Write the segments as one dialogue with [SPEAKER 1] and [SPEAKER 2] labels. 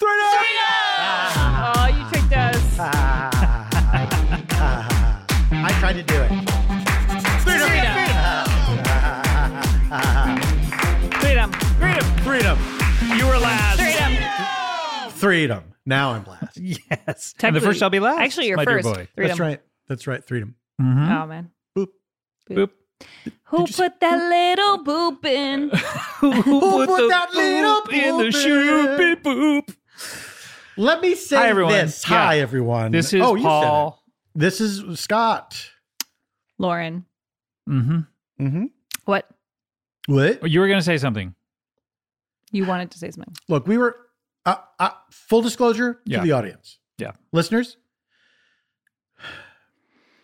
[SPEAKER 1] Oh, you tricked us.
[SPEAKER 2] I tried to do it.
[SPEAKER 1] Freedom. Freedom.
[SPEAKER 2] Freedom.
[SPEAKER 1] You were last.
[SPEAKER 3] Freedom.
[SPEAKER 2] Freedom. Now I'm blast.
[SPEAKER 4] Yes. And the
[SPEAKER 1] Technically-
[SPEAKER 4] first shall be last.
[SPEAKER 1] Actually, you're
[SPEAKER 4] my
[SPEAKER 1] first.
[SPEAKER 4] Dear boy.
[SPEAKER 1] Freedom.
[SPEAKER 2] That's right. That's right. Freedom.
[SPEAKER 4] Mhm.
[SPEAKER 1] Oh, man.
[SPEAKER 2] Hmm? Boop.
[SPEAKER 4] Boop.
[SPEAKER 1] Who
[SPEAKER 2] Did you Hmm?
[SPEAKER 1] put that little boop in?
[SPEAKER 4] Who put,
[SPEAKER 2] put
[SPEAKER 4] the
[SPEAKER 2] that little
[SPEAKER 4] poop in the
[SPEAKER 2] poop
[SPEAKER 4] shoe?
[SPEAKER 2] in?
[SPEAKER 4] Beep boop.
[SPEAKER 2] Let me say
[SPEAKER 4] Hi, everyone.
[SPEAKER 2] this.
[SPEAKER 4] Yeah.
[SPEAKER 2] Hi, everyone.
[SPEAKER 4] This is
[SPEAKER 2] Oh, you said
[SPEAKER 4] Paul.
[SPEAKER 2] it. This is Scott.
[SPEAKER 1] Lauren.
[SPEAKER 4] Mm-hmm.
[SPEAKER 2] Mm-hmm.
[SPEAKER 1] What?
[SPEAKER 2] What?
[SPEAKER 4] Oh, You were going to say something.
[SPEAKER 1] You wanted to say something.
[SPEAKER 2] Look, we were, uh, uh, full disclosure
[SPEAKER 4] Yeah.
[SPEAKER 2] to the audience.
[SPEAKER 4] Yeah.
[SPEAKER 2] Listeners,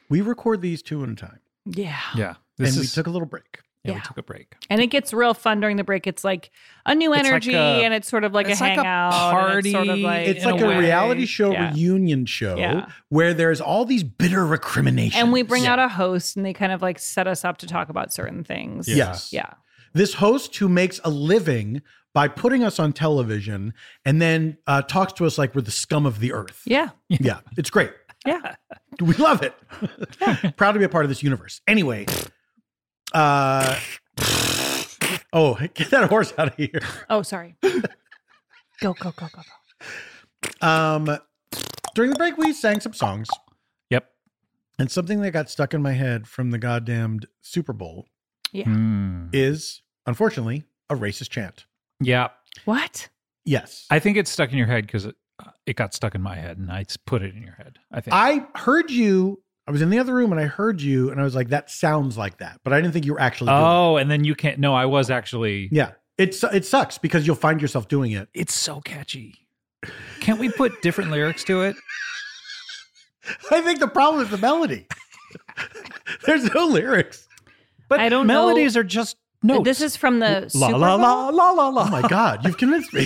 [SPEAKER 2] we record these two at a time.
[SPEAKER 1] Yeah.
[SPEAKER 4] Yeah.
[SPEAKER 2] Oh. and we took a little break.
[SPEAKER 4] yeah, we
[SPEAKER 1] yeah.
[SPEAKER 4] took a break.
[SPEAKER 1] And it gets real fun during the break. It's like a new
[SPEAKER 4] It's like
[SPEAKER 1] energy
[SPEAKER 4] a-
[SPEAKER 1] and it's sort of like
[SPEAKER 4] it's
[SPEAKER 1] a
[SPEAKER 4] like a
[SPEAKER 1] hangout. and it's sort of
[SPEAKER 4] party.
[SPEAKER 1] like,
[SPEAKER 2] It's
[SPEAKER 4] in
[SPEAKER 2] like
[SPEAKER 4] a
[SPEAKER 2] a,
[SPEAKER 4] way.
[SPEAKER 2] reality show
[SPEAKER 1] Yeah.
[SPEAKER 2] reunion show
[SPEAKER 1] Yeah.
[SPEAKER 2] where there's all these bitter recriminations.
[SPEAKER 1] And we bring out a host and they kind of like set us up to talk about certain things.
[SPEAKER 2] Yes.
[SPEAKER 1] Yeah.
[SPEAKER 2] this host who makes a living by putting us on television and then uh, talks to us like we're the scum of the earth.
[SPEAKER 1] Yeah.
[SPEAKER 2] Yeah, it's great.
[SPEAKER 1] Yeah.
[SPEAKER 2] We love it. Proud to be a part of this universe. Anyway, uh, oh, get that horse out of here.
[SPEAKER 1] Oh, sorry. go, go, go, go, go.
[SPEAKER 2] Um, during the break, we sang some songs,
[SPEAKER 4] Yep.
[SPEAKER 2] and something that got stuck in my head from the goddamned Super Bowl
[SPEAKER 1] Yeah.
[SPEAKER 4] Mm.
[SPEAKER 2] is, unfortunately, a racist chant.
[SPEAKER 4] Yeah.
[SPEAKER 1] What?
[SPEAKER 2] Yes.
[SPEAKER 4] I think it's stuck in your head because it, uh, it got stuck in my head and I s- put it in your head. I think.
[SPEAKER 2] I heard you. I was in the other room and I heard you, and I was like, "That sounds like that," but I didn't think you were actually. doing
[SPEAKER 4] oh, and then you can't. No, I was actually.
[SPEAKER 2] it. yeah. It's it sucks because you'll find yourself doing it.
[SPEAKER 4] It's so catchy. Can't we put different lyrics to it?
[SPEAKER 2] I think the problem is the melody. There's no lyrics.
[SPEAKER 4] But
[SPEAKER 1] I don't know-
[SPEAKER 4] melodies are just notes.
[SPEAKER 1] This is from the
[SPEAKER 4] la
[SPEAKER 1] Super
[SPEAKER 4] la
[SPEAKER 1] Bowl?
[SPEAKER 4] la la la la.
[SPEAKER 2] Oh my god, you've convinced me.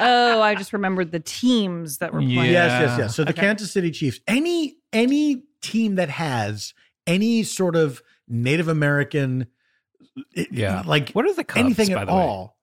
[SPEAKER 1] Oh, I just remembered the teams that were playing.
[SPEAKER 4] Yeah.
[SPEAKER 2] Yes, yes, yes. So the Kansas City Chiefs, any any team that has any sort of Native American, it-
[SPEAKER 4] Yeah.
[SPEAKER 2] like
[SPEAKER 4] What are the Cubs,
[SPEAKER 2] anything
[SPEAKER 4] by
[SPEAKER 2] at
[SPEAKER 4] the way?
[SPEAKER 2] all,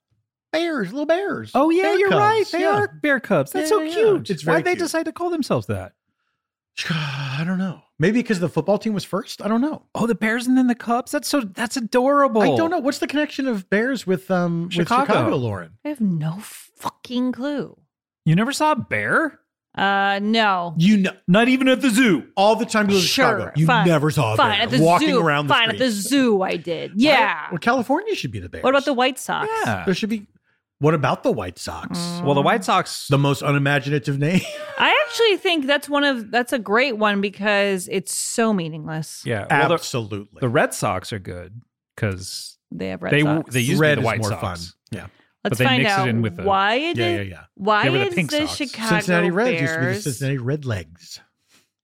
[SPEAKER 2] bears, little bears.
[SPEAKER 4] Oh yeah,
[SPEAKER 2] Bear
[SPEAKER 4] you're
[SPEAKER 2] cubs,
[SPEAKER 4] right. They
[SPEAKER 2] yeah.
[SPEAKER 4] are bear cubs. That's
[SPEAKER 2] Yeah,
[SPEAKER 4] so
[SPEAKER 2] yeah, yeah.
[SPEAKER 4] cute.
[SPEAKER 2] It's very
[SPEAKER 4] Why'd they
[SPEAKER 2] cute.
[SPEAKER 4] decide to call themselves that?
[SPEAKER 2] I don't know. Maybe because the football team was first. I don't know.
[SPEAKER 4] Oh, the bears and then the cubs. That's so. That's adorable.
[SPEAKER 2] I don't know. What's the connection of bears with um
[SPEAKER 4] Chicago.
[SPEAKER 2] with Chicago, Lauren?
[SPEAKER 1] I have no fucking clue.
[SPEAKER 4] You never saw a bear?
[SPEAKER 1] Uh, no.
[SPEAKER 2] You know,
[SPEAKER 4] Not even at the zoo.
[SPEAKER 2] all the time you live in
[SPEAKER 1] Sure,
[SPEAKER 2] Chicago, you
[SPEAKER 1] fine.
[SPEAKER 2] never saw a
[SPEAKER 1] Fine
[SPEAKER 2] bear
[SPEAKER 1] at the
[SPEAKER 2] walking
[SPEAKER 1] zoo.
[SPEAKER 2] around the
[SPEAKER 1] Fine at the
[SPEAKER 2] streets.
[SPEAKER 1] zoo. I did. Yeah.
[SPEAKER 2] Well, California should be the bears.
[SPEAKER 1] What about the White Sox?
[SPEAKER 4] Yeah.
[SPEAKER 2] There should be. What about the White Sox?
[SPEAKER 1] Mm.
[SPEAKER 4] Well, the White Sox.
[SPEAKER 2] The most unimaginative name.
[SPEAKER 1] I actually think that's one of that's a great one because it's so meaningless.
[SPEAKER 4] yeah. Well, the-
[SPEAKER 2] Absolutely.
[SPEAKER 4] the Red Sox are good because
[SPEAKER 1] They have red
[SPEAKER 4] they
[SPEAKER 1] Sox.
[SPEAKER 4] they used to be
[SPEAKER 2] red
[SPEAKER 4] the
[SPEAKER 2] is
[SPEAKER 4] White
[SPEAKER 2] more
[SPEAKER 4] Sox.
[SPEAKER 2] fun. Yeah.
[SPEAKER 1] Let's
[SPEAKER 4] they
[SPEAKER 1] find
[SPEAKER 4] mix it
[SPEAKER 1] out
[SPEAKER 4] in with the-
[SPEAKER 1] why it
[SPEAKER 2] Yeah, yeah,
[SPEAKER 1] is-
[SPEAKER 2] yeah.
[SPEAKER 1] why
[SPEAKER 4] Get rid of the
[SPEAKER 1] is
[SPEAKER 4] pink
[SPEAKER 1] the
[SPEAKER 4] Sox.
[SPEAKER 1] Chicago
[SPEAKER 2] Cincinnati Reds
[SPEAKER 1] Bears
[SPEAKER 2] used to be the Cincinnati Red Legs.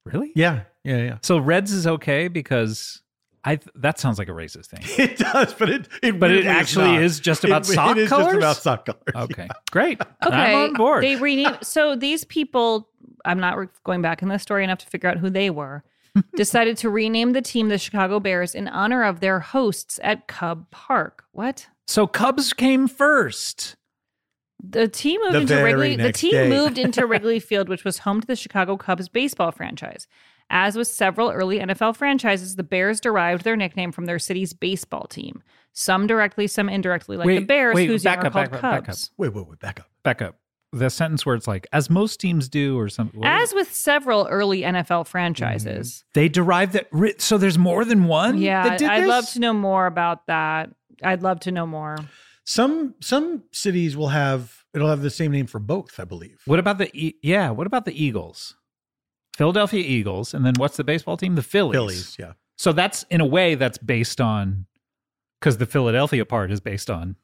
[SPEAKER 4] Really?
[SPEAKER 2] Yeah. Yeah. Yeah.
[SPEAKER 4] So Reds is okay because I th- that sounds like a racist thing.
[SPEAKER 2] It does, but it, it
[SPEAKER 4] But it
[SPEAKER 2] weirdly is
[SPEAKER 4] actually
[SPEAKER 2] not.
[SPEAKER 4] is just about
[SPEAKER 2] it,
[SPEAKER 4] sock
[SPEAKER 2] it is
[SPEAKER 4] colors?
[SPEAKER 2] Just about sock colors.
[SPEAKER 4] Okay, great.
[SPEAKER 1] Okay,
[SPEAKER 4] I'm on board.
[SPEAKER 1] They renamed so these people. I'm not re- going back in the story enough to figure out who they were. decided to rename the team the Chicago Bears in honor of their hosts at Cub Park. What?
[SPEAKER 4] so Cubs came first.
[SPEAKER 1] The team moved
[SPEAKER 2] The
[SPEAKER 1] into
[SPEAKER 2] very
[SPEAKER 1] Wrigley. The
[SPEAKER 2] next
[SPEAKER 1] team
[SPEAKER 2] day.
[SPEAKER 1] moved into Wrigley Field, which was home to the Chicago Cubs baseball franchise. As with several early NFL franchises, the Bears derived their nickname from their city's baseball team. some directly, some indirectly, like the
[SPEAKER 4] Wait,
[SPEAKER 1] Bears,
[SPEAKER 4] wait,
[SPEAKER 1] who's
[SPEAKER 4] back
[SPEAKER 1] younger
[SPEAKER 4] up,
[SPEAKER 1] called
[SPEAKER 4] back up, back up.
[SPEAKER 1] Cubs.
[SPEAKER 2] Wait, wait, wait, back up.
[SPEAKER 4] Back up. The sentence where it's like, as most teams do, or something.
[SPEAKER 1] As with several early NFL franchises.
[SPEAKER 4] they derive that. Ri- so there's more than one.
[SPEAKER 2] Um,
[SPEAKER 1] Yeah,
[SPEAKER 4] that did
[SPEAKER 1] I'd
[SPEAKER 4] this?
[SPEAKER 1] love to know more about that. I'd love to know more.
[SPEAKER 2] Some some cities will have it'll have the same name for both, I believe.
[SPEAKER 4] What about the e- yeah? What about the Eagles? Philadelphia Eagles, and then what's the baseball team? The Phillies.
[SPEAKER 2] Phillies, yeah.
[SPEAKER 4] So that's in a way that's based on because the Philadelphia part is based on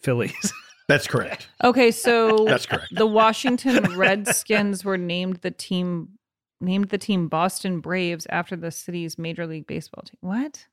[SPEAKER 4] Phillies.
[SPEAKER 2] That's correct.
[SPEAKER 1] Okay, so
[SPEAKER 2] That's correct.
[SPEAKER 1] the Washington Redskins were named the team named the team Boston Braves after the city's major league baseball team. What?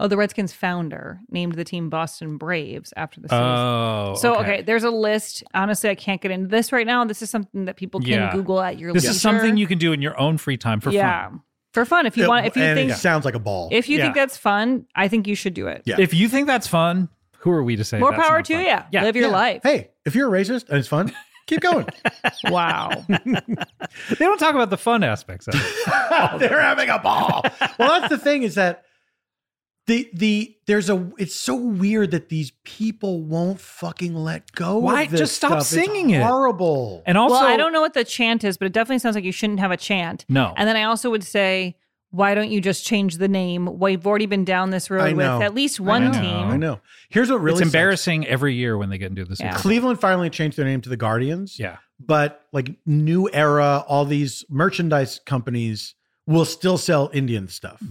[SPEAKER 1] Oh, the Redskins founder named the team Boston Braves after the city's
[SPEAKER 4] oh,
[SPEAKER 1] So okay. there's a list. Honestly, I can't get into this right now. This is something that people can
[SPEAKER 4] Yeah.
[SPEAKER 1] Google at your
[SPEAKER 4] This
[SPEAKER 1] leisure.
[SPEAKER 4] is something you can do in your own free time for
[SPEAKER 1] yeah
[SPEAKER 4] fun.
[SPEAKER 1] for fun. If you want, if you
[SPEAKER 2] and
[SPEAKER 1] think
[SPEAKER 2] it sounds like a ball.
[SPEAKER 1] if you think
[SPEAKER 4] Yeah.
[SPEAKER 1] that's fun, I think you should do it.
[SPEAKER 2] Yeah.
[SPEAKER 4] If you think that's fun, who are we to say?
[SPEAKER 1] More
[SPEAKER 4] that's
[SPEAKER 1] power
[SPEAKER 4] not
[SPEAKER 1] to
[SPEAKER 4] fun?
[SPEAKER 1] you.
[SPEAKER 4] Yeah.
[SPEAKER 1] Live your
[SPEAKER 2] Yeah.
[SPEAKER 1] life.
[SPEAKER 2] Hey, if you're a racist and it's fun, keep going.
[SPEAKER 1] Wow.
[SPEAKER 4] They don't talk about the fun aspects of it.
[SPEAKER 2] They're having a ball. well, that's the thing is that the the there's a it's so weird that these people won't fucking let go.
[SPEAKER 4] Why?
[SPEAKER 2] Of this
[SPEAKER 4] Just stop
[SPEAKER 2] stuff. It's
[SPEAKER 4] singing it.
[SPEAKER 2] Horrible.
[SPEAKER 4] And also,
[SPEAKER 1] well, I don't know what the chant is, but it definitely sounds like you shouldn't have a chant.
[SPEAKER 4] No.
[SPEAKER 1] And then I also would say, why don't you just change the name? We've already been down this
[SPEAKER 2] I
[SPEAKER 1] road with
[SPEAKER 2] know.
[SPEAKER 1] at least one
[SPEAKER 4] know.
[SPEAKER 1] team.
[SPEAKER 2] I know. Here's what really
[SPEAKER 4] it's
[SPEAKER 2] sucks.
[SPEAKER 4] embarrassing every year when they get into this.
[SPEAKER 1] Yeah.
[SPEAKER 2] Cleveland finally changed their name to the Guardians.
[SPEAKER 4] Yeah.
[SPEAKER 2] But like new era, all these merchandise companies will still sell Indian stuff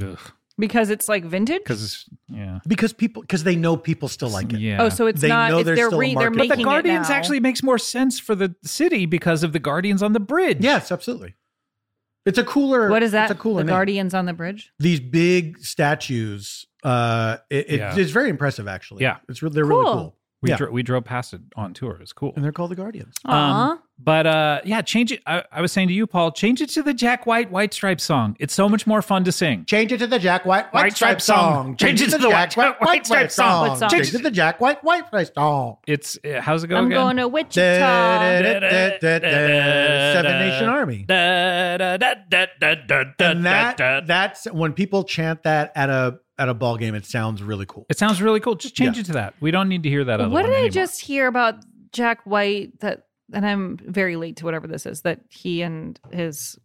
[SPEAKER 1] Because it's like vintage.
[SPEAKER 4] Because yeah.
[SPEAKER 2] because people because they know people still like it.
[SPEAKER 4] Yeah.
[SPEAKER 1] Oh, so it's
[SPEAKER 2] They
[SPEAKER 1] not.
[SPEAKER 2] know
[SPEAKER 1] it's,
[SPEAKER 2] there's
[SPEAKER 1] they're
[SPEAKER 2] still a
[SPEAKER 1] re, they're
[SPEAKER 2] market. But
[SPEAKER 1] making
[SPEAKER 2] the
[SPEAKER 4] the Guardians actually makes more sense for the city because of the Guardians on the bridge.
[SPEAKER 2] Yes, absolutely. It's a cooler.
[SPEAKER 1] What is that?
[SPEAKER 2] It's a cooler
[SPEAKER 1] the
[SPEAKER 2] name.
[SPEAKER 1] Guardians on the bridge.
[SPEAKER 2] These big statues. Uh, it, it-
[SPEAKER 4] Yeah.
[SPEAKER 2] it's very impressive actually.
[SPEAKER 4] Yeah.
[SPEAKER 2] it's re- they're
[SPEAKER 1] Cool.
[SPEAKER 2] really cool.
[SPEAKER 4] We
[SPEAKER 2] yeah,
[SPEAKER 4] dro- we drove past it on tour. It's cool.
[SPEAKER 2] and they're called the Guardians.
[SPEAKER 4] Um,
[SPEAKER 1] Aw.
[SPEAKER 4] but uh, yeah, change it. I, I was saying to you, Paul, change it to the Jack White White Stripes song. It's so much more fun to sing.
[SPEAKER 2] Change it to the Jack White
[SPEAKER 4] White Stripe song. Change it to the White- White Stripe song.
[SPEAKER 1] What song?
[SPEAKER 2] Change it to the Jack White White Stripe song.
[SPEAKER 4] It's uh, how's it go
[SPEAKER 1] I'm
[SPEAKER 4] again?
[SPEAKER 1] going to Wichita.
[SPEAKER 2] Seven Nation Army. And that
[SPEAKER 4] That
[SPEAKER 2] that's when people chant that at a at a ball game, it sounds really cool.
[SPEAKER 4] it sounds really cool. Just change
[SPEAKER 2] Yeah.
[SPEAKER 4] it to that. We don't need to hear that other
[SPEAKER 1] What
[SPEAKER 4] one
[SPEAKER 1] did I
[SPEAKER 4] anymore.
[SPEAKER 1] just hear about Jack White that and I'm very late to whatever this is that he and his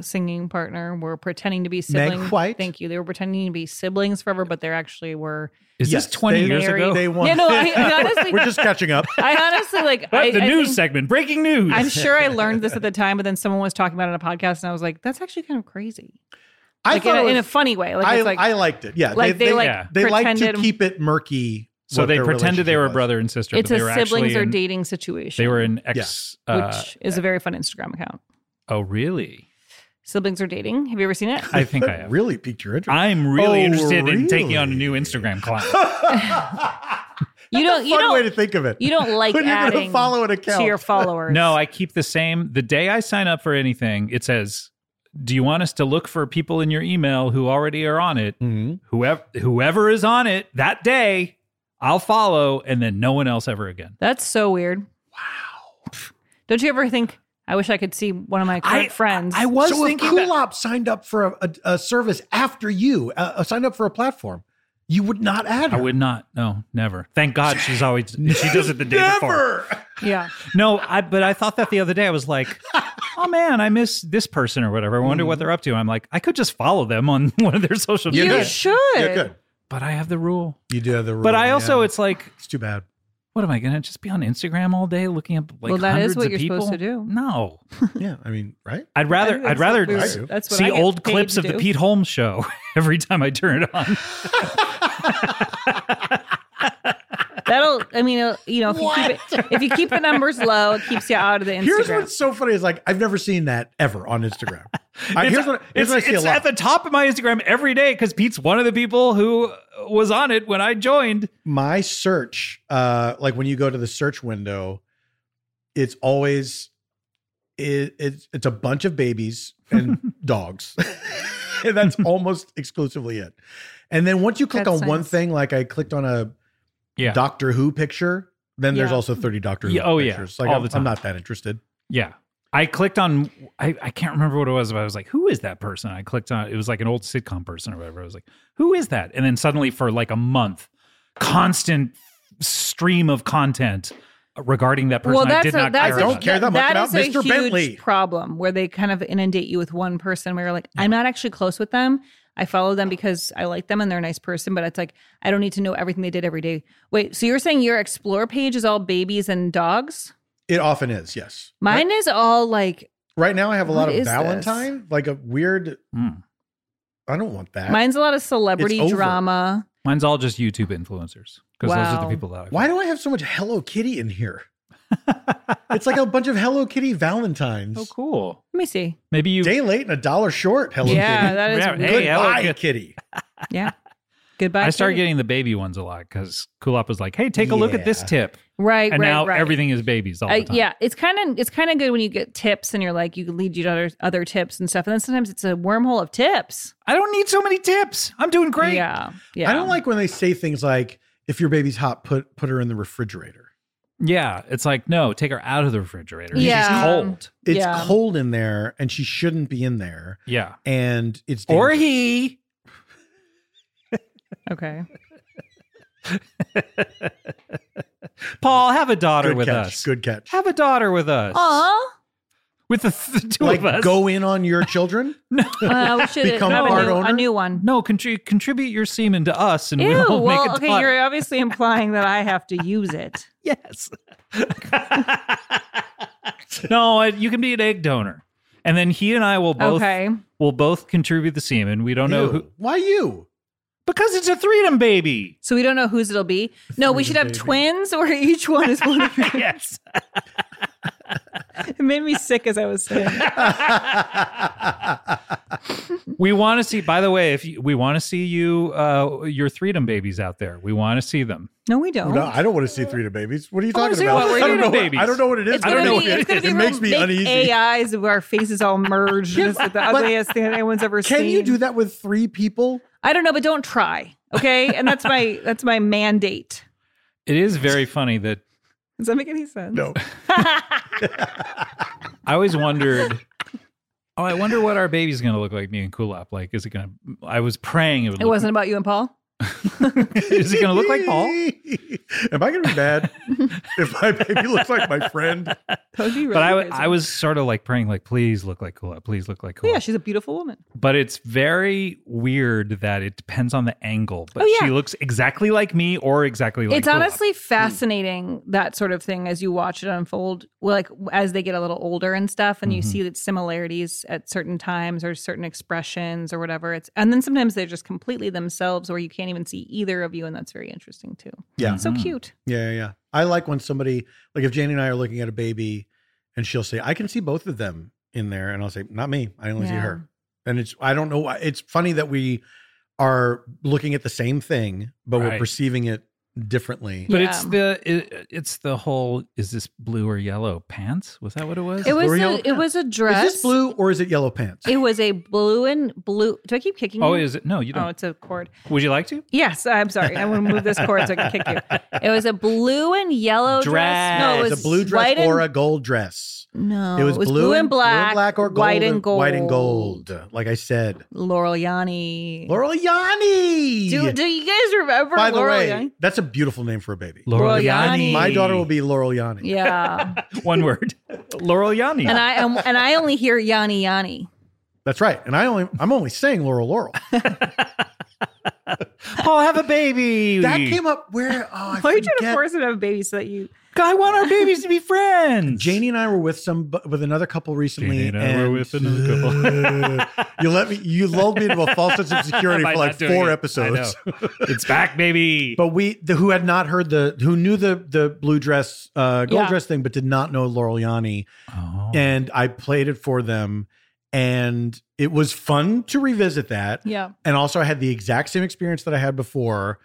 [SPEAKER 1] singing partner were pretending to be
[SPEAKER 2] Meg
[SPEAKER 1] siblings.
[SPEAKER 2] White?
[SPEAKER 1] Thank you. They were pretending to be siblings forever, but they actually were.
[SPEAKER 4] Is
[SPEAKER 2] Yes,
[SPEAKER 4] this twenty
[SPEAKER 2] they-
[SPEAKER 4] years
[SPEAKER 1] Married.
[SPEAKER 4] ago?
[SPEAKER 2] They won.
[SPEAKER 1] Yeah, no, I- I honestly-
[SPEAKER 2] we're just catching up.
[SPEAKER 1] I honestly like I,
[SPEAKER 4] the
[SPEAKER 1] I
[SPEAKER 4] news
[SPEAKER 1] think-
[SPEAKER 4] segment, breaking news.
[SPEAKER 1] I'm sure I learned this at the time, but then someone was talking about it on a podcast, and I was like, "That's actually kind of crazy."
[SPEAKER 2] I
[SPEAKER 1] Like in a,
[SPEAKER 2] it was-
[SPEAKER 1] in a funny way. Like
[SPEAKER 2] I,
[SPEAKER 1] it's like
[SPEAKER 2] I liked it. Yeah,
[SPEAKER 1] like, they, like,
[SPEAKER 2] they, like to
[SPEAKER 1] pretended-
[SPEAKER 2] keep it murky.
[SPEAKER 4] So
[SPEAKER 2] what
[SPEAKER 4] they
[SPEAKER 2] their
[SPEAKER 4] pretended they
[SPEAKER 2] relationship
[SPEAKER 4] were
[SPEAKER 2] was.
[SPEAKER 4] brother and sister.
[SPEAKER 1] it's
[SPEAKER 4] but
[SPEAKER 1] a
[SPEAKER 4] they were actually
[SPEAKER 1] siblings or
[SPEAKER 4] in-
[SPEAKER 1] dating situation.
[SPEAKER 4] They were in ex. uh,
[SPEAKER 1] which is a very fun Instagram account.
[SPEAKER 4] oh, really?
[SPEAKER 1] Siblings are dating. Have you ever seen it?
[SPEAKER 4] I think I
[SPEAKER 2] That
[SPEAKER 4] have.
[SPEAKER 2] really piqued your interest.
[SPEAKER 4] I'm really
[SPEAKER 2] Oh,
[SPEAKER 4] interested in taking on a
[SPEAKER 2] really?
[SPEAKER 4] new Instagram client.
[SPEAKER 1] you don't. You
[SPEAKER 2] Fun
[SPEAKER 1] don't.
[SPEAKER 2] way to think of it.
[SPEAKER 1] You don't like
[SPEAKER 2] When you're gonna
[SPEAKER 1] adding
[SPEAKER 2] follow an
[SPEAKER 1] to
[SPEAKER 2] account.
[SPEAKER 1] your followers.
[SPEAKER 4] no, I keep the same. The day I sign up for anything, it says, "Do you want us to look for people in your email who already are on it?
[SPEAKER 2] Mhm.
[SPEAKER 4] Whoever whoever is on it that day, I'll follow, and then no one else ever again."
[SPEAKER 1] That's so weird. Wow. Don't you ever think? I wish I could see one of my current
[SPEAKER 4] I-
[SPEAKER 1] friends.
[SPEAKER 4] I was
[SPEAKER 2] so if
[SPEAKER 4] thinking that-
[SPEAKER 2] Kulop signed up for a, a, a service after you, uh, uh, signed up for a platform, you would not add
[SPEAKER 4] I
[SPEAKER 2] her.
[SPEAKER 4] would not. No, never. Thank God she's always she does it the day before.
[SPEAKER 1] yeah.
[SPEAKER 4] No, I but I thought that the other day. I was like, oh man, I miss this person or whatever. I wonder what they're up to. I'm like, I could just follow them on one of their social
[SPEAKER 2] Mm-hmm. You
[SPEAKER 1] You
[SPEAKER 4] media.
[SPEAKER 2] good.
[SPEAKER 1] should.
[SPEAKER 2] You're good.
[SPEAKER 4] But I have the rule.
[SPEAKER 2] You do have the rule.
[SPEAKER 4] But I also,
[SPEAKER 2] yeah.
[SPEAKER 4] it's like,
[SPEAKER 2] it's too bad.
[SPEAKER 4] what am I gonna just be on Instagram all day looking up like
[SPEAKER 1] Well, that
[SPEAKER 4] hundreds
[SPEAKER 1] is what
[SPEAKER 4] of
[SPEAKER 1] you're
[SPEAKER 4] people?
[SPEAKER 1] supposed to do.
[SPEAKER 4] No,
[SPEAKER 2] Yeah, I mean, right?
[SPEAKER 4] I'd rather I'd
[SPEAKER 1] that's
[SPEAKER 4] rather
[SPEAKER 1] what we were-
[SPEAKER 4] s-
[SPEAKER 1] that's what I
[SPEAKER 4] see
[SPEAKER 1] get
[SPEAKER 4] old
[SPEAKER 1] paid
[SPEAKER 4] clips
[SPEAKER 1] to
[SPEAKER 4] of the
[SPEAKER 1] do.
[SPEAKER 4] Pete Holmes show every time I turn it on.
[SPEAKER 1] That'll. I mean, it'll- you know, if you, keep it, if you keep the numbers low, it keeps you out of the Instagram.
[SPEAKER 2] Here's what's so funny is like I've never seen that ever on Instagram. I- Uh, here's what, here's
[SPEAKER 4] it's,
[SPEAKER 2] what I see
[SPEAKER 4] it's
[SPEAKER 2] a lot.
[SPEAKER 4] at the top of my Instagram every day because Pete's one of the people who was on it when I joined.
[SPEAKER 2] my search uh like when you go to the search window it's always it, it's it's a bunch of babies and dogs and that's almost exclusively it and then once you click
[SPEAKER 1] That's
[SPEAKER 2] on one
[SPEAKER 1] nice.
[SPEAKER 2] thing like i clicked on a
[SPEAKER 4] Yeah.
[SPEAKER 2] doctor who picture then there's
[SPEAKER 1] Yeah.
[SPEAKER 2] also 30 doctor who
[SPEAKER 4] Yeah, oh, yeah,
[SPEAKER 2] pictures like
[SPEAKER 4] all
[SPEAKER 2] I'm,
[SPEAKER 4] the
[SPEAKER 2] I'm
[SPEAKER 4] time.
[SPEAKER 2] not that interested
[SPEAKER 4] Yeah. I clicked on I, I can't remember what it was, but I was like, who is that person? I clicked on it was like an old sitcom person or whatever. I was like, who is that? And then suddenly for like a month, constant stream of content regarding that person.
[SPEAKER 1] well, that's
[SPEAKER 4] I did
[SPEAKER 1] a,
[SPEAKER 4] not
[SPEAKER 1] that's a,
[SPEAKER 4] care about.
[SPEAKER 2] Don't care that much about
[SPEAKER 1] is a
[SPEAKER 2] Mr.
[SPEAKER 1] huge
[SPEAKER 2] Bentley.
[SPEAKER 1] problem where they kind of inundate you with one person where you're like, I'm not actually close with them. I follow them because I like them and they're a nice person, but it's like I don't need to know everything they did every day. Wait, so you're saying your explore page is all babies and dogs?
[SPEAKER 2] It often is, yes.
[SPEAKER 1] Mine is all like
[SPEAKER 2] Right now, I have a lot
[SPEAKER 1] What
[SPEAKER 2] of
[SPEAKER 1] is this?
[SPEAKER 2] Valentine, like a weird.
[SPEAKER 4] Mm.
[SPEAKER 2] I don't want that.
[SPEAKER 1] mine's a lot of celebrity
[SPEAKER 2] over.
[SPEAKER 1] drama.
[SPEAKER 4] Mine's all just YouTube influencers because those are
[SPEAKER 1] Wow.
[SPEAKER 4] the people that. I
[SPEAKER 2] Why do I have so much Hello Kitty in here? it's like a bunch of Hello Kitty Valentines.
[SPEAKER 4] Oh, cool.
[SPEAKER 1] Let me see.
[SPEAKER 4] Maybe you.
[SPEAKER 2] Day late and a dollar short. Hello
[SPEAKER 1] yeah,
[SPEAKER 2] Kitty.
[SPEAKER 1] that is
[SPEAKER 4] Yeah,
[SPEAKER 1] weird.
[SPEAKER 4] hey, Hello
[SPEAKER 2] Goodbye,
[SPEAKER 4] Kitty.
[SPEAKER 2] Kitty.
[SPEAKER 1] yeah. Goodbye.
[SPEAKER 4] I started
[SPEAKER 1] Kitty.
[SPEAKER 4] getting the baby ones a lot because Kulop was like, "Hey, take a look at this
[SPEAKER 2] Yeah.
[SPEAKER 4] tip,"
[SPEAKER 1] right,
[SPEAKER 4] and
[SPEAKER 1] right,
[SPEAKER 4] now
[SPEAKER 1] right.
[SPEAKER 4] everything is babies all
[SPEAKER 1] I-
[SPEAKER 4] the time.
[SPEAKER 1] yeah, it's kind of it's kind of good when you get tips and you're like you can lead you to other other tips and stuff, and then sometimes it's a wormhole of tips.
[SPEAKER 4] I don't need so many tips. I'm doing great.
[SPEAKER 1] Yeah, yeah.
[SPEAKER 2] I don't like when they say things like, "If your baby's hot, put put her in the refrigerator."
[SPEAKER 4] Yeah, it's like no, take her out of the refrigerator.
[SPEAKER 1] Yeah.
[SPEAKER 4] She's cold.
[SPEAKER 2] It's
[SPEAKER 1] Yeah.
[SPEAKER 2] cold in there, and she shouldn't be in there.
[SPEAKER 4] Yeah,
[SPEAKER 2] And it's
[SPEAKER 4] or
[SPEAKER 2] dangerous.
[SPEAKER 4] he.
[SPEAKER 1] Okay,
[SPEAKER 4] Paul, have a daughter
[SPEAKER 2] good
[SPEAKER 4] with
[SPEAKER 2] catch.
[SPEAKER 4] us.
[SPEAKER 2] Good catch.
[SPEAKER 4] Have a daughter with us.
[SPEAKER 1] aw,
[SPEAKER 4] With the, the two
[SPEAKER 2] like
[SPEAKER 4] of us.
[SPEAKER 2] go in on your children.
[SPEAKER 1] uh, we should
[SPEAKER 2] Become
[SPEAKER 1] have
[SPEAKER 2] part
[SPEAKER 1] a, new,
[SPEAKER 2] owner?
[SPEAKER 1] a new one.
[SPEAKER 4] No, contri- contribute your semen to us, and
[SPEAKER 1] Ew.
[SPEAKER 4] we'll make
[SPEAKER 1] Well,
[SPEAKER 4] a
[SPEAKER 1] okay,
[SPEAKER 4] daughter.
[SPEAKER 1] you're obviously implying that I have to use it.
[SPEAKER 4] Yes. no, I- you can be an egg donor, and then he and I will both
[SPEAKER 1] Okay,
[SPEAKER 4] will both contribute the semen. We don't know
[SPEAKER 2] Ew.
[SPEAKER 4] who
[SPEAKER 2] Why you?
[SPEAKER 4] because it's a freedom baby.
[SPEAKER 1] so we don't know whose it'll be. No, we
[SPEAKER 2] Who's
[SPEAKER 1] should
[SPEAKER 2] the
[SPEAKER 1] have
[SPEAKER 2] baby?
[SPEAKER 1] twins, or each one is one. Of
[SPEAKER 4] yes.
[SPEAKER 1] It made me sick as I was saying.
[SPEAKER 4] We want to see. By the way, if you, we want to see you, uh, your freedom babies out there, we want to see them.
[SPEAKER 1] No, we don't.
[SPEAKER 2] No, I don't want to see three to babies. What are you
[SPEAKER 1] Oh,
[SPEAKER 4] I wanna
[SPEAKER 2] talking
[SPEAKER 4] see
[SPEAKER 2] about?
[SPEAKER 4] all the
[SPEAKER 2] I don't know. What,
[SPEAKER 4] babies.
[SPEAKER 2] I don't know what it is.
[SPEAKER 1] It's
[SPEAKER 2] I don't
[SPEAKER 1] gonna
[SPEAKER 2] know.
[SPEAKER 1] be,
[SPEAKER 2] what
[SPEAKER 1] it's
[SPEAKER 2] it
[SPEAKER 1] gonna
[SPEAKER 2] is.
[SPEAKER 1] be
[SPEAKER 2] It makes me
[SPEAKER 1] fake
[SPEAKER 2] uneasy.
[SPEAKER 1] AIs where our faces all merged. and it's the ugliest thing anyone's ever seen.
[SPEAKER 2] Can you do that with three people?
[SPEAKER 1] I don't know, but don't try. Okay. And that's my that's my mandate.
[SPEAKER 4] It is very funny that
[SPEAKER 1] Does that make any sense?
[SPEAKER 2] No.
[SPEAKER 4] I always wondered. Oh, I wonder what our baby's going to look like. Me and Kulop. Like, is it going to? I was praying it would.
[SPEAKER 1] It
[SPEAKER 4] look-
[SPEAKER 1] wasn't about you and Paul.
[SPEAKER 4] Is it going to look like Paul?
[SPEAKER 2] Am I going to be mad if my baby looks like my friend?
[SPEAKER 1] That would be really
[SPEAKER 4] But I, w-
[SPEAKER 1] crazy.
[SPEAKER 4] I was sort of like praying, like, please look like Kulop. Please look like Kulop.
[SPEAKER 1] Yeah, she's a beautiful woman.
[SPEAKER 4] but it's very weird that it depends on the angle. But
[SPEAKER 1] Oh, yeah.
[SPEAKER 4] she looks exactly like me or exactly like
[SPEAKER 1] it's
[SPEAKER 4] Kulop.
[SPEAKER 1] honestly fascinating that sort of thing as you watch it unfold. Like as they get a little older and stuff, and you
[SPEAKER 4] Mm-hmm.
[SPEAKER 1] see that similarities at certain times or certain expressions or whatever. It's and then sometimes they're just completely themselves, where you can't even see either of you, and that's very interesting too.
[SPEAKER 2] Yeah.
[SPEAKER 4] Hmm.
[SPEAKER 1] so
[SPEAKER 4] Mm-hmm.
[SPEAKER 1] cute.
[SPEAKER 2] Yeah, yeah, yeah. I like when somebody, like if Janie and I are looking at a baby and she'll say, I can see both of them in there. And I'll say, not me. I only see
[SPEAKER 1] Yeah.
[SPEAKER 2] her. And it's, I don't know. why- It's funny that we are looking at the same thing, but we're
[SPEAKER 4] Right.
[SPEAKER 2] perceiving it differently.
[SPEAKER 4] But
[SPEAKER 1] Yeah.
[SPEAKER 4] it's the it, it's the whole is this blue or yellow pants? Was that what it was?
[SPEAKER 1] It was
[SPEAKER 2] Blue or yellow
[SPEAKER 1] a, it was a dress.
[SPEAKER 2] Is this blue or is it yellow pants?
[SPEAKER 1] It was a blue and blue. Do I keep kicking?
[SPEAKER 4] oh,
[SPEAKER 1] you?
[SPEAKER 4] is it? No, you
[SPEAKER 1] Oh,
[SPEAKER 4] don't.
[SPEAKER 1] it's a cord.
[SPEAKER 4] Would you like to?
[SPEAKER 1] Yes, I'm sorry. I want to move this cord so I can kick you. It was a blue and yellow dress. No, it
[SPEAKER 4] Dress.
[SPEAKER 1] was
[SPEAKER 2] It's a blue dress
[SPEAKER 1] white and- Oh,
[SPEAKER 2] or a gold dress.
[SPEAKER 1] no.
[SPEAKER 2] it was, blue,
[SPEAKER 1] and black,
[SPEAKER 2] black or gold,
[SPEAKER 1] white and gold,
[SPEAKER 2] white and gold. Like I said,
[SPEAKER 1] Laurel Yanni.
[SPEAKER 2] Laurel Yanni.
[SPEAKER 1] do, do you guys remember
[SPEAKER 2] By the
[SPEAKER 1] Laurel
[SPEAKER 2] way,
[SPEAKER 1] Yanni?
[SPEAKER 2] that's a beautiful name for a baby.
[SPEAKER 1] Laurel Yanni.
[SPEAKER 2] My daughter will be Laurel Yanni.
[SPEAKER 1] Yeah,
[SPEAKER 4] one word. Laurel Yanni.
[SPEAKER 1] and I and, and I only hear Yanni Yanni.
[SPEAKER 2] That's right. And I only I'm only saying Laurel Laurel.
[SPEAKER 4] Paul, Oh, have a baby.
[SPEAKER 2] That came up where oh I
[SPEAKER 1] Why are you trying to
[SPEAKER 2] forget.
[SPEAKER 1] force it on a baby so that you?
[SPEAKER 4] I want our babies to be friends.
[SPEAKER 2] Janie and I were with some with another couple recently.
[SPEAKER 4] Janie and I were with another
[SPEAKER 2] couple. you let me you lulled me into a false sense of security
[SPEAKER 4] By
[SPEAKER 2] for
[SPEAKER 4] not
[SPEAKER 2] like
[SPEAKER 4] doing
[SPEAKER 2] four
[SPEAKER 4] it.
[SPEAKER 2] episodes.
[SPEAKER 4] I know. It's back, baby.
[SPEAKER 2] But we the, who had not heard the who knew the the blue dress uh gold
[SPEAKER 1] Yeah.
[SPEAKER 2] dress thing but did not know Laurel Yanni
[SPEAKER 4] Oh.
[SPEAKER 2] and I played it for them and it was fun to revisit that.
[SPEAKER 1] Yeah,
[SPEAKER 2] And also I had the exact same experience that I had before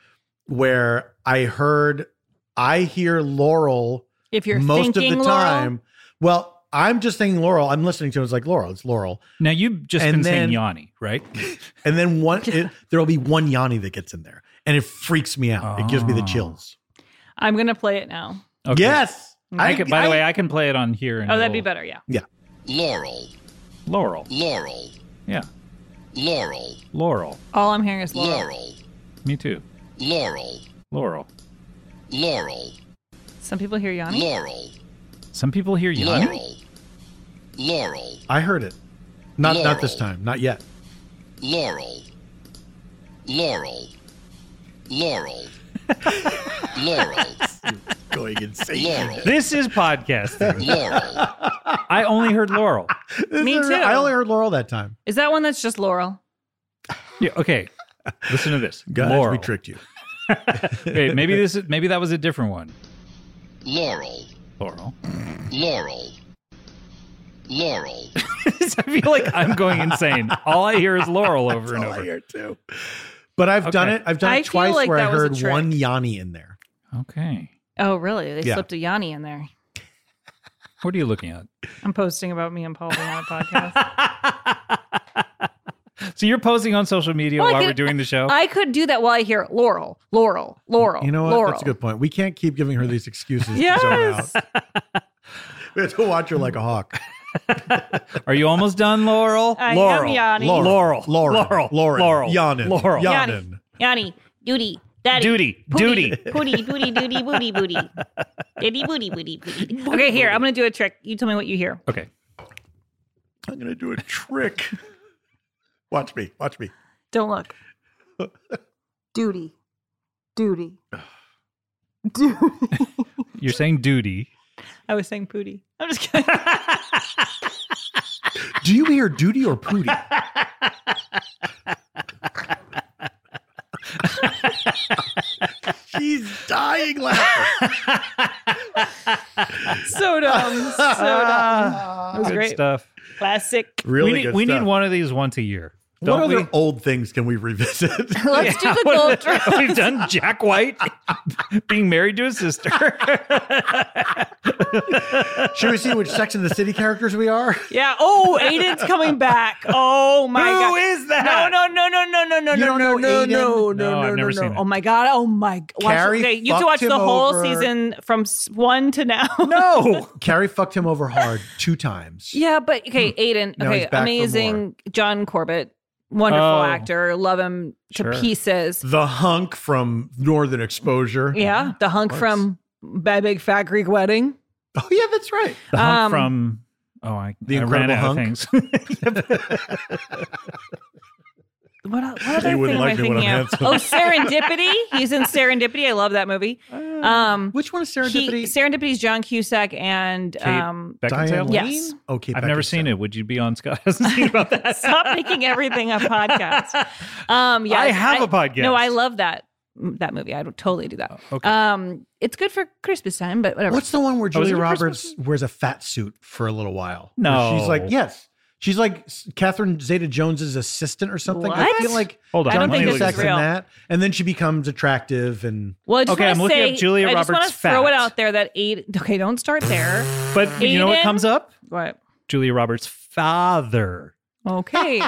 [SPEAKER 2] where I heard I hear Laurel
[SPEAKER 1] if you're
[SPEAKER 2] most of
[SPEAKER 1] thinking
[SPEAKER 2] the
[SPEAKER 1] Laurel,
[SPEAKER 2] time. Well, I'm just saying Laurel. I'm listening to it. It's like Laurel, it's Laurel.
[SPEAKER 4] now you've just
[SPEAKER 2] and
[SPEAKER 4] been
[SPEAKER 2] then-
[SPEAKER 4] saying Yanni, right?
[SPEAKER 2] And then one it, there'll be one Yanni that gets in there and it freaks me out. It gives me the
[SPEAKER 4] Oh.
[SPEAKER 2] chills.
[SPEAKER 1] I'm gonna play it now.
[SPEAKER 4] Okay.
[SPEAKER 2] Yes.
[SPEAKER 4] I, could, by the way, I can play it on here. And
[SPEAKER 1] Oh, that'd be
[SPEAKER 4] it'll-
[SPEAKER 1] better. Yeah.
[SPEAKER 3] Laurel,
[SPEAKER 4] Laurel.
[SPEAKER 3] Laurel,
[SPEAKER 4] Yeah.
[SPEAKER 3] Laurel,
[SPEAKER 4] Laurel.
[SPEAKER 1] All I'm hearing is Laurel.
[SPEAKER 3] Laurel,
[SPEAKER 4] Me too.
[SPEAKER 3] Laurel,
[SPEAKER 4] Laurel.
[SPEAKER 3] Laurel,
[SPEAKER 1] Some people hear Yanni.
[SPEAKER 3] Laurel,
[SPEAKER 4] Some people hear Yanni.
[SPEAKER 3] Laurel, Laurel,
[SPEAKER 2] I heard it. Not not this
[SPEAKER 3] Laurel.
[SPEAKER 2] time. Not yet.
[SPEAKER 3] Laurel, Laurel, Laurel, Laurel,
[SPEAKER 2] Going insane.
[SPEAKER 3] Laurel,
[SPEAKER 4] This is podcasting.
[SPEAKER 3] Laurel,
[SPEAKER 4] I only heard Laurel.
[SPEAKER 1] Me
[SPEAKER 2] This is-
[SPEAKER 1] too.
[SPEAKER 2] I only heard Laurel that time.
[SPEAKER 1] Is that one that's just Laurel?
[SPEAKER 4] Yeah, okay. Listen to this.
[SPEAKER 2] Guys,
[SPEAKER 4] Laurel.
[SPEAKER 2] we tricked you.
[SPEAKER 4] Okay, maybe this is maybe that was a different one.
[SPEAKER 3] Laurel,
[SPEAKER 4] Laurel.
[SPEAKER 3] Laurel, Laurel,
[SPEAKER 4] I feel like I'm going insane. All I hear is Laurel over and
[SPEAKER 2] All I
[SPEAKER 4] over.
[SPEAKER 2] hear too. But I've done
[SPEAKER 4] Okay.
[SPEAKER 2] it. I've done
[SPEAKER 1] I
[SPEAKER 2] it
[SPEAKER 1] feel
[SPEAKER 2] twice
[SPEAKER 1] like
[SPEAKER 2] where I
[SPEAKER 1] that was a
[SPEAKER 2] heard
[SPEAKER 1] trick.
[SPEAKER 2] one Yanni in there.
[SPEAKER 4] Okay.
[SPEAKER 1] Oh, really? They
[SPEAKER 2] Yeah.
[SPEAKER 1] slipped a Yanni in there.
[SPEAKER 4] What are you looking at?
[SPEAKER 1] I'm posting about me and Paul being on a podcast.
[SPEAKER 4] So you're posting on social media
[SPEAKER 1] Well, I
[SPEAKER 4] while
[SPEAKER 1] could-
[SPEAKER 4] we're doing the show?
[SPEAKER 1] I could do that while I hear Laurel, Laurel, Laurel.
[SPEAKER 2] You know what?
[SPEAKER 1] Laurel.
[SPEAKER 2] That's a good point. We can't keep giving her these excuses.
[SPEAKER 1] Yes.
[SPEAKER 2] To zone out. we have to watch her like a hawk.
[SPEAKER 4] Are you almost done, Laurel?
[SPEAKER 1] uh, I am
[SPEAKER 4] Laurel.
[SPEAKER 1] yawning.
[SPEAKER 4] Laurel. Laurel.
[SPEAKER 2] Laurel.
[SPEAKER 4] Laurel.
[SPEAKER 2] Lauren.
[SPEAKER 4] Laurel.
[SPEAKER 2] Yannin.
[SPEAKER 4] Laurel.
[SPEAKER 2] Yannin.
[SPEAKER 1] Yanni, duty, daddy.
[SPEAKER 4] Duty.
[SPEAKER 1] Booty.
[SPEAKER 4] Duty.
[SPEAKER 1] Booty, booty, booty, booty, booty. Diddy booty, booty, booty. Okay, here, I'm going to do a trick. You tell me what you hear.
[SPEAKER 4] Okay.
[SPEAKER 2] I'm gonna do a trick. watch me. Watch me.
[SPEAKER 1] Don't look.
[SPEAKER 5] Duty. Duty.
[SPEAKER 4] You're saying duty.
[SPEAKER 1] I was saying booty. I'm just kidding.
[SPEAKER 2] Do you hear duty or pooty? She's dying laughing.
[SPEAKER 1] so dumb. So dumb. It was
[SPEAKER 4] Good
[SPEAKER 1] great.
[SPEAKER 4] stuff.
[SPEAKER 1] Classic.
[SPEAKER 2] Really
[SPEAKER 4] we need,
[SPEAKER 2] good
[SPEAKER 4] we
[SPEAKER 2] stuff.
[SPEAKER 4] need one of these once a year.
[SPEAKER 2] What
[SPEAKER 4] Don't
[SPEAKER 2] other
[SPEAKER 4] we?
[SPEAKER 2] old things can we revisit?
[SPEAKER 1] Let's do the gold dress.
[SPEAKER 4] We've done Jack White being married to his sister.
[SPEAKER 2] Should we see which Sex in the City characters we are?
[SPEAKER 1] Yeah. Oh, Aiden's coming back. Oh my god.
[SPEAKER 4] Who is that?
[SPEAKER 1] No, no, no, no, no, no, no,
[SPEAKER 2] You
[SPEAKER 1] no,
[SPEAKER 2] don't
[SPEAKER 1] no,
[SPEAKER 2] know
[SPEAKER 1] no,
[SPEAKER 2] Aiden?
[SPEAKER 1] no, no,
[SPEAKER 4] No, I've
[SPEAKER 1] no, no,
[SPEAKER 4] never seen
[SPEAKER 1] no.
[SPEAKER 4] it.
[SPEAKER 1] Oh my god. Oh my god.
[SPEAKER 2] Carrie
[SPEAKER 1] okay, you have to
[SPEAKER 2] fucked
[SPEAKER 1] watch the
[SPEAKER 2] him
[SPEAKER 1] whole
[SPEAKER 2] over.
[SPEAKER 1] season from s- one to now.
[SPEAKER 4] No.
[SPEAKER 2] Carrie fucked him over hard two times.
[SPEAKER 1] yeah, but okay, Aiden.
[SPEAKER 2] Now he's
[SPEAKER 1] Okay,
[SPEAKER 2] back for
[SPEAKER 1] amazing. John Corbett, wonderful
[SPEAKER 4] Oh.
[SPEAKER 1] actor. Love him to
[SPEAKER 4] Sure.
[SPEAKER 1] pieces.
[SPEAKER 2] The hunk from Northern Exposure.
[SPEAKER 1] Yeah, the hunk
[SPEAKER 2] course.
[SPEAKER 1] from Bad Big Fat Greek Wedding.
[SPEAKER 2] Oh yeah, that's right.
[SPEAKER 4] The hunk
[SPEAKER 1] Um,
[SPEAKER 4] from oh, I,
[SPEAKER 2] The
[SPEAKER 4] I ran
[SPEAKER 2] Incredible
[SPEAKER 4] out of
[SPEAKER 2] Hunk?
[SPEAKER 4] things.
[SPEAKER 1] What, what other
[SPEAKER 2] You wouldn't
[SPEAKER 1] thing
[SPEAKER 2] like
[SPEAKER 1] am I
[SPEAKER 2] me when
[SPEAKER 1] thinking
[SPEAKER 2] I'm
[SPEAKER 1] of?
[SPEAKER 2] handsome.
[SPEAKER 1] Oh, Serendipity. He's in Serendipity. I love that movie. Um,
[SPEAKER 2] Which one is Serendipity?
[SPEAKER 1] He, Serendipity's John Cusack and
[SPEAKER 4] Kate
[SPEAKER 1] um,
[SPEAKER 4] Beckinsale?
[SPEAKER 2] Diane
[SPEAKER 1] Yes.
[SPEAKER 2] Lane? Okay,
[SPEAKER 4] I've never seen it. Would you be on Scott? hasn't seen about that.
[SPEAKER 1] stop making everything a podcast. Um, yeah,
[SPEAKER 4] I have
[SPEAKER 1] a
[SPEAKER 4] a podcast. Oh,
[SPEAKER 1] No, I love that that movie. I would totally do that.
[SPEAKER 4] Okay.
[SPEAKER 1] Um, it's good for Christmas time, but whatever.
[SPEAKER 2] What's the one
[SPEAKER 1] Oh,
[SPEAKER 2] where
[SPEAKER 4] is
[SPEAKER 2] Julia
[SPEAKER 4] it a
[SPEAKER 2] Roberts
[SPEAKER 4] Christmas
[SPEAKER 2] wears a fat suit for a little while?
[SPEAKER 4] No.
[SPEAKER 2] Where she's like yes, she's like S- Catherine Zeta Jones's assistant or something. I
[SPEAKER 1] What?
[SPEAKER 2] feel like
[SPEAKER 4] Hold
[SPEAKER 1] I
[SPEAKER 4] on.
[SPEAKER 2] John
[SPEAKER 1] don't
[SPEAKER 4] let
[SPEAKER 1] think
[SPEAKER 4] me
[SPEAKER 1] this
[SPEAKER 4] look
[SPEAKER 1] is
[SPEAKER 2] Cusack's
[SPEAKER 4] at
[SPEAKER 2] in
[SPEAKER 1] real.
[SPEAKER 2] that, and then she becomes attractive and
[SPEAKER 1] Well, I just
[SPEAKER 4] Okay,
[SPEAKER 1] wanna
[SPEAKER 4] I'm looking
[SPEAKER 1] say,
[SPEAKER 4] up Julia
[SPEAKER 1] I just want to
[SPEAKER 4] Roberts'
[SPEAKER 1] throw it
[SPEAKER 4] fat.
[SPEAKER 1] out there that Aiden. Okay, don't start there.
[SPEAKER 4] But you know what
[SPEAKER 1] Aiden?
[SPEAKER 4] comes up?
[SPEAKER 1] what?
[SPEAKER 4] Julia Roberts' father.
[SPEAKER 1] Okay,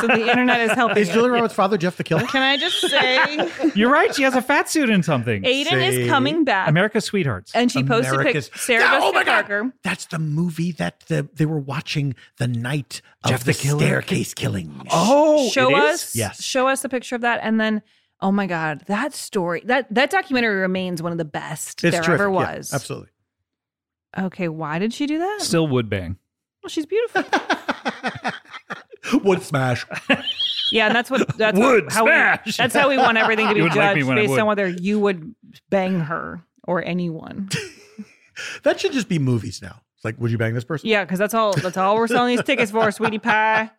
[SPEAKER 1] so the internet is helping.
[SPEAKER 2] is
[SPEAKER 1] you.
[SPEAKER 2] Julia Roberts' father Jeff the Killer?
[SPEAKER 1] Can I just say,
[SPEAKER 4] You're right. She has a fat suit in something.
[SPEAKER 1] Aiden
[SPEAKER 2] Say-
[SPEAKER 1] is coming back,
[SPEAKER 4] America's Sweethearts.
[SPEAKER 1] and she posted
[SPEAKER 2] America's-
[SPEAKER 1] pictures. Sarah
[SPEAKER 2] Yeah,
[SPEAKER 1] Jessica
[SPEAKER 2] oh my God.
[SPEAKER 1] Parker.
[SPEAKER 2] That's the movie that the, they were watching the night of
[SPEAKER 4] Jeff
[SPEAKER 2] the,
[SPEAKER 4] the Killer?
[SPEAKER 2] staircase killings.
[SPEAKER 4] oh,
[SPEAKER 1] show
[SPEAKER 4] it is?
[SPEAKER 1] us
[SPEAKER 2] Yes.
[SPEAKER 1] show us a picture of that and then oh my god that story that that documentary remains one of the best there ever
[SPEAKER 2] terrific. Yeah,
[SPEAKER 1] was
[SPEAKER 2] absolutely.
[SPEAKER 1] okay why did she do that
[SPEAKER 4] Still would bang.
[SPEAKER 1] well, she's beautiful
[SPEAKER 2] Would smash.
[SPEAKER 1] yeah and that's what that's
[SPEAKER 4] Would
[SPEAKER 1] what, how we
[SPEAKER 4] smash.
[SPEAKER 1] that's how we want everything to
[SPEAKER 4] You
[SPEAKER 1] be
[SPEAKER 4] would like me
[SPEAKER 1] judged
[SPEAKER 4] when I
[SPEAKER 1] based
[SPEAKER 4] would.
[SPEAKER 1] on whether you would bang her or anyone
[SPEAKER 2] That should just be movies now. It's like, would you bang this person?
[SPEAKER 1] yeah because that's all that's all we're selling these tickets for sweetie pie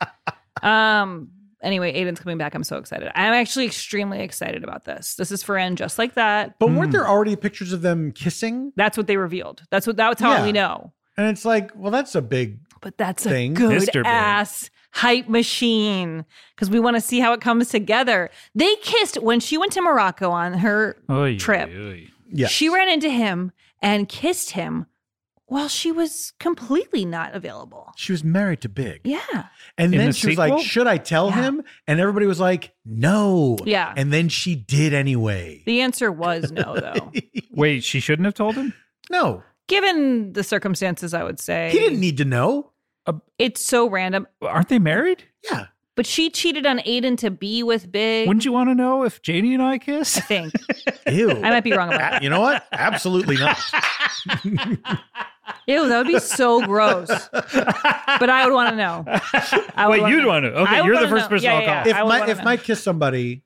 [SPEAKER 1] um anyway aiden's coming back i'm so excited i'm actually extremely excited about this this is for end just like that
[SPEAKER 2] But weren't there already pictures of them kissing?
[SPEAKER 1] that's what they revealed that's what that's how
[SPEAKER 2] Yeah.
[SPEAKER 1] we know
[SPEAKER 2] And it's like, well, that's a big.
[SPEAKER 1] But that's
[SPEAKER 2] thing.
[SPEAKER 1] a good
[SPEAKER 4] Mr. Big.
[SPEAKER 1] ass hype machine because we want to see how it comes together. They kissed when she went to Morocco on her
[SPEAKER 4] Oy,
[SPEAKER 1] Trip.
[SPEAKER 4] oy.
[SPEAKER 2] Yeah.
[SPEAKER 1] she ran into him and kissed him while she was completely not available.
[SPEAKER 2] She was married to Big.
[SPEAKER 1] Yeah.
[SPEAKER 2] And
[SPEAKER 4] In
[SPEAKER 2] then
[SPEAKER 4] the
[SPEAKER 2] she was
[SPEAKER 4] sequel?
[SPEAKER 2] like, should I tell
[SPEAKER 1] Yeah.
[SPEAKER 2] him? And everybody was like, no.
[SPEAKER 1] Yeah.
[SPEAKER 2] And then she did anyway.
[SPEAKER 1] The answer was no, though.
[SPEAKER 4] Wait, she shouldn't have told him?
[SPEAKER 2] no.
[SPEAKER 1] Given the circumstances, I would say
[SPEAKER 2] He didn't need to know.
[SPEAKER 1] it's so random.
[SPEAKER 4] Aren't they married?
[SPEAKER 2] Yeah.
[SPEAKER 1] But she cheated on Aiden to be with Big.
[SPEAKER 4] Wouldn't you want to know if Janie and I kiss?
[SPEAKER 1] I think.
[SPEAKER 2] Ew.
[SPEAKER 1] I might be wrong about
[SPEAKER 2] you know what? Absolutely not.
[SPEAKER 1] that. Ew, that would be so gross. But I would want to know. I would
[SPEAKER 4] Wait,
[SPEAKER 1] wanna
[SPEAKER 4] you'd
[SPEAKER 1] know.
[SPEAKER 4] want to?
[SPEAKER 1] I
[SPEAKER 4] Okay,
[SPEAKER 1] would
[SPEAKER 4] you're the
[SPEAKER 1] wanna
[SPEAKER 4] first
[SPEAKER 1] know.
[SPEAKER 4] person
[SPEAKER 1] Yeah,
[SPEAKER 4] I'll
[SPEAKER 1] yeah,
[SPEAKER 4] call.
[SPEAKER 1] yeah.
[SPEAKER 2] if
[SPEAKER 1] I would
[SPEAKER 2] my
[SPEAKER 1] wanna
[SPEAKER 2] if
[SPEAKER 1] know. Oh,
[SPEAKER 2] Mike kissed somebody,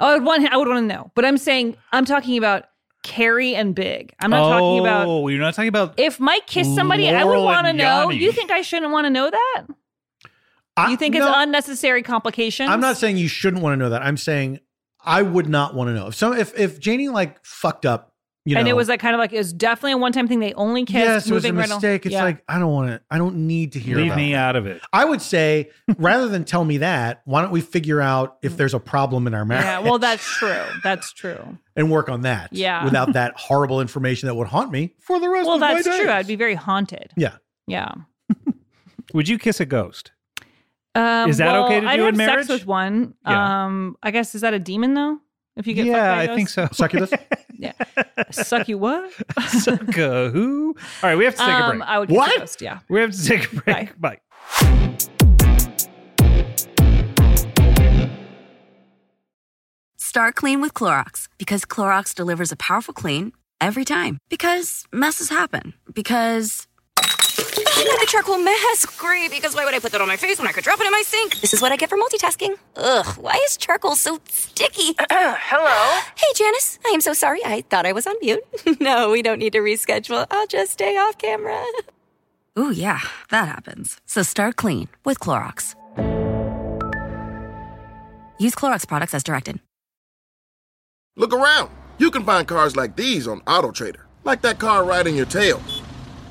[SPEAKER 1] I would want. I would want to know. But I'm saying I'm talking about Carrie and Big. I'm not talking about
[SPEAKER 4] Oh, you're not talking about.
[SPEAKER 1] if Mike kissed somebody. I would
[SPEAKER 4] Laurel
[SPEAKER 1] want to
[SPEAKER 4] and
[SPEAKER 1] know.
[SPEAKER 4] Yanni.
[SPEAKER 1] You think I shouldn't want to know that?
[SPEAKER 2] I,
[SPEAKER 1] You think
[SPEAKER 2] no,
[SPEAKER 1] it's unnecessary complications?
[SPEAKER 2] I'm not saying you shouldn't want to know that. I'm saying I would not want to know. If some if if Janie like fucked up, you know,
[SPEAKER 1] and it was like kind of like it was definitely a one-time thing. They only kissed.
[SPEAKER 2] yes, it was a
[SPEAKER 1] moving right al-
[SPEAKER 2] mistake. it's
[SPEAKER 1] Yeah.
[SPEAKER 2] like I don't want to. I don't need to hear.
[SPEAKER 4] Leave
[SPEAKER 2] about
[SPEAKER 4] me
[SPEAKER 2] it.
[SPEAKER 4] out of it.
[SPEAKER 2] I would say rather than tell me that, why don't we figure out if there's a problem in our marriage?
[SPEAKER 1] Mm. yeah. Well, that's true. That's true.
[SPEAKER 2] and work on that.
[SPEAKER 1] Yeah.
[SPEAKER 2] Without that horrible information that would haunt me for the rest
[SPEAKER 1] Well,
[SPEAKER 2] of my
[SPEAKER 1] that's
[SPEAKER 2] days.
[SPEAKER 1] true. I'd be very haunted.
[SPEAKER 2] Yeah.
[SPEAKER 1] Yeah.
[SPEAKER 4] Would you kiss a ghost?
[SPEAKER 1] Um,
[SPEAKER 4] Is that
[SPEAKER 1] well,
[SPEAKER 4] okay to
[SPEAKER 1] I'd
[SPEAKER 4] do
[SPEAKER 1] have
[SPEAKER 4] in
[SPEAKER 1] Sex
[SPEAKER 4] marriage?
[SPEAKER 1] with one.
[SPEAKER 4] Yeah.
[SPEAKER 1] Um, I guess is that a demon though? If you get fucked
[SPEAKER 4] yeah,
[SPEAKER 1] by a
[SPEAKER 4] I
[SPEAKER 1] ghost?
[SPEAKER 4] think so.
[SPEAKER 2] Succubus?
[SPEAKER 1] Suck you what?
[SPEAKER 4] Sucka who? All right, we have to take a break.
[SPEAKER 1] um, I would kiss a
[SPEAKER 2] What?
[SPEAKER 1] ghost, yeah.
[SPEAKER 4] we have to take a break. Bye.
[SPEAKER 6] Start clean with Clorox because Clorox delivers a powerful clean every time. Because messes happen. Because
[SPEAKER 7] I got the charcoal mask. Great, because why would I put that on my face when I could drop it in my sink? This is what I get for multitasking. Ugh, why is charcoal so sticky?
[SPEAKER 8] Hello?
[SPEAKER 7] hey, Janice, I am so sorry. I thought I was on mute. no, we don't need to reschedule. I'll just stay off camera.
[SPEAKER 6] ooh yeah, that happens. So start clean with Clorox. Use Clorox products as directed.
[SPEAKER 9] Look around. You can find cars like these on AutoTrader, like that car riding your tail.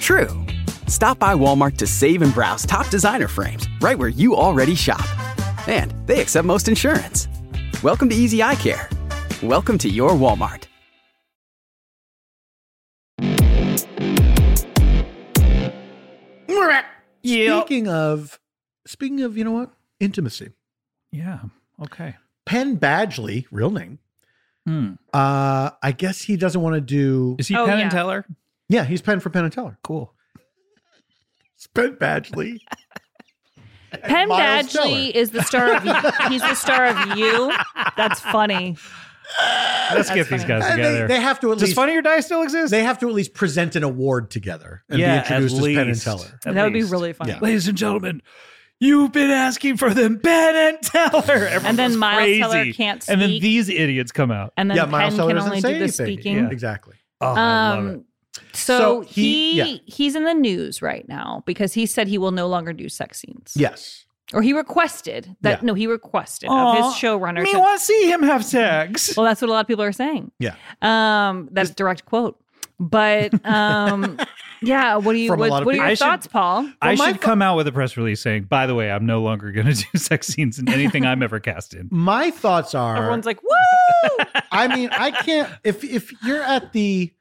[SPEAKER 10] True. Stop by Walmart to save and browse top designer frames right where you already shop. And they accept most insurance. Welcome to Easy Eye Care. Welcome to your Walmart.
[SPEAKER 2] Speaking of speaking of, you know what? Intimacy.
[SPEAKER 4] Yeah. Okay.
[SPEAKER 2] Penn Badgley, real name.
[SPEAKER 4] Hmm.
[SPEAKER 2] Uh, I guess he doesn't want to do
[SPEAKER 4] Is he
[SPEAKER 1] Oh,
[SPEAKER 4] Penn
[SPEAKER 1] yeah.
[SPEAKER 4] and Teller?
[SPEAKER 2] Yeah, he's Penn for Penn and Teller.
[SPEAKER 4] Cool.
[SPEAKER 2] It's Penn Badgley.
[SPEAKER 1] Penn
[SPEAKER 2] Miles
[SPEAKER 1] Badgley is the star of he's the star of you. That's funny.
[SPEAKER 4] Let's get these
[SPEAKER 2] And
[SPEAKER 4] guys
[SPEAKER 2] Uh, they,
[SPEAKER 4] together.
[SPEAKER 2] they have to at
[SPEAKER 4] Does
[SPEAKER 2] least
[SPEAKER 4] Funny or Die still exist?
[SPEAKER 2] they have to at least present an award together and be
[SPEAKER 4] yeah,
[SPEAKER 2] introduced
[SPEAKER 4] at
[SPEAKER 2] as
[SPEAKER 4] least.
[SPEAKER 2] Penn and Teller.
[SPEAKER 4] At
[SPEAKER 1] that would be
[SPEAKER 4] least.
[SPEAKER 1] really funny.
[SPEAKER 2] Yeah.
[SPEAKER 4] Ladies and gentlemen, you've been asking for them, Ben and Teller. Everyone
[SPEAKER 1] And then
[SPEAKER 4] goes
[SPEAKER 1] Miles
[SPEAKER 4] crazy.
[SPEAKER 1] Teller can't
[SPEAKER 4] And then
[SPEAKER 1] speak.
[SPEAKER 4] these idiots come out.
[SPEAKER 1] And then
[SPEAKER 2] yeah,
[SPEAKER 1] Penn can
[SPEAKER 2] doesn't
[SPEAKER 1] only
[SPEAKER 2] say
[SPEAKER 1] do the
[SPEAKER 2] anything.
[SPEAKER 1] speaking.
[SPEAKER 4] Yeah.
[SPEAKER 2] Exactly.
[SPEAKER 4] Oh, I love it.
[SPEAKER 1] Um, so,
[SPEAKER 2] So
[SPEAKER 1] he,
[SPEAKER 2] he- yeah.
[SPEAKER 1] he's in the news right now because he said he will no longer do sex scenes.
[SPEAKER 2] Yes.
[SPEAKER 1] Or he requested that
[SPEAKER 2] Yeah.
[SPEAKER 1] no, he requested of
[SPEAKER 4] Aw,
[SPEAKER 1] his showrunner.
[SPEAKER 4] Me
[SPEAKER 1] to-
[SPEAKER 4] want to see him have sex.
[SPEAKER 1] well, that's what a lot of people are saying.
[SPEAKER 2] Yeah.
[SPEAKER 1] Um, that's a direct quote. But um, yeah, what do you
[SPEAKER 2] From a
[SPEAKER 1] what,
[SPEAKER 2] lot of
[SPEAKER 1] what are your
[SPEAKER 2] people.
[SPEAKER 4] I should-
[SPEAKER 1] thoughts, Paul?
[SPEAKER 4] I
[SPEAKER 2] my
[SPEAKER 4] should come out with a press release saying, by the way, I'm no longer going to do sex scenes in anything I'm ever cast in.
[SPEAKER 2] My thoughts are
[SPEAKER 1] Everyone's like, woo!
[SPEAKER 2] I mean, I can't if if you're at the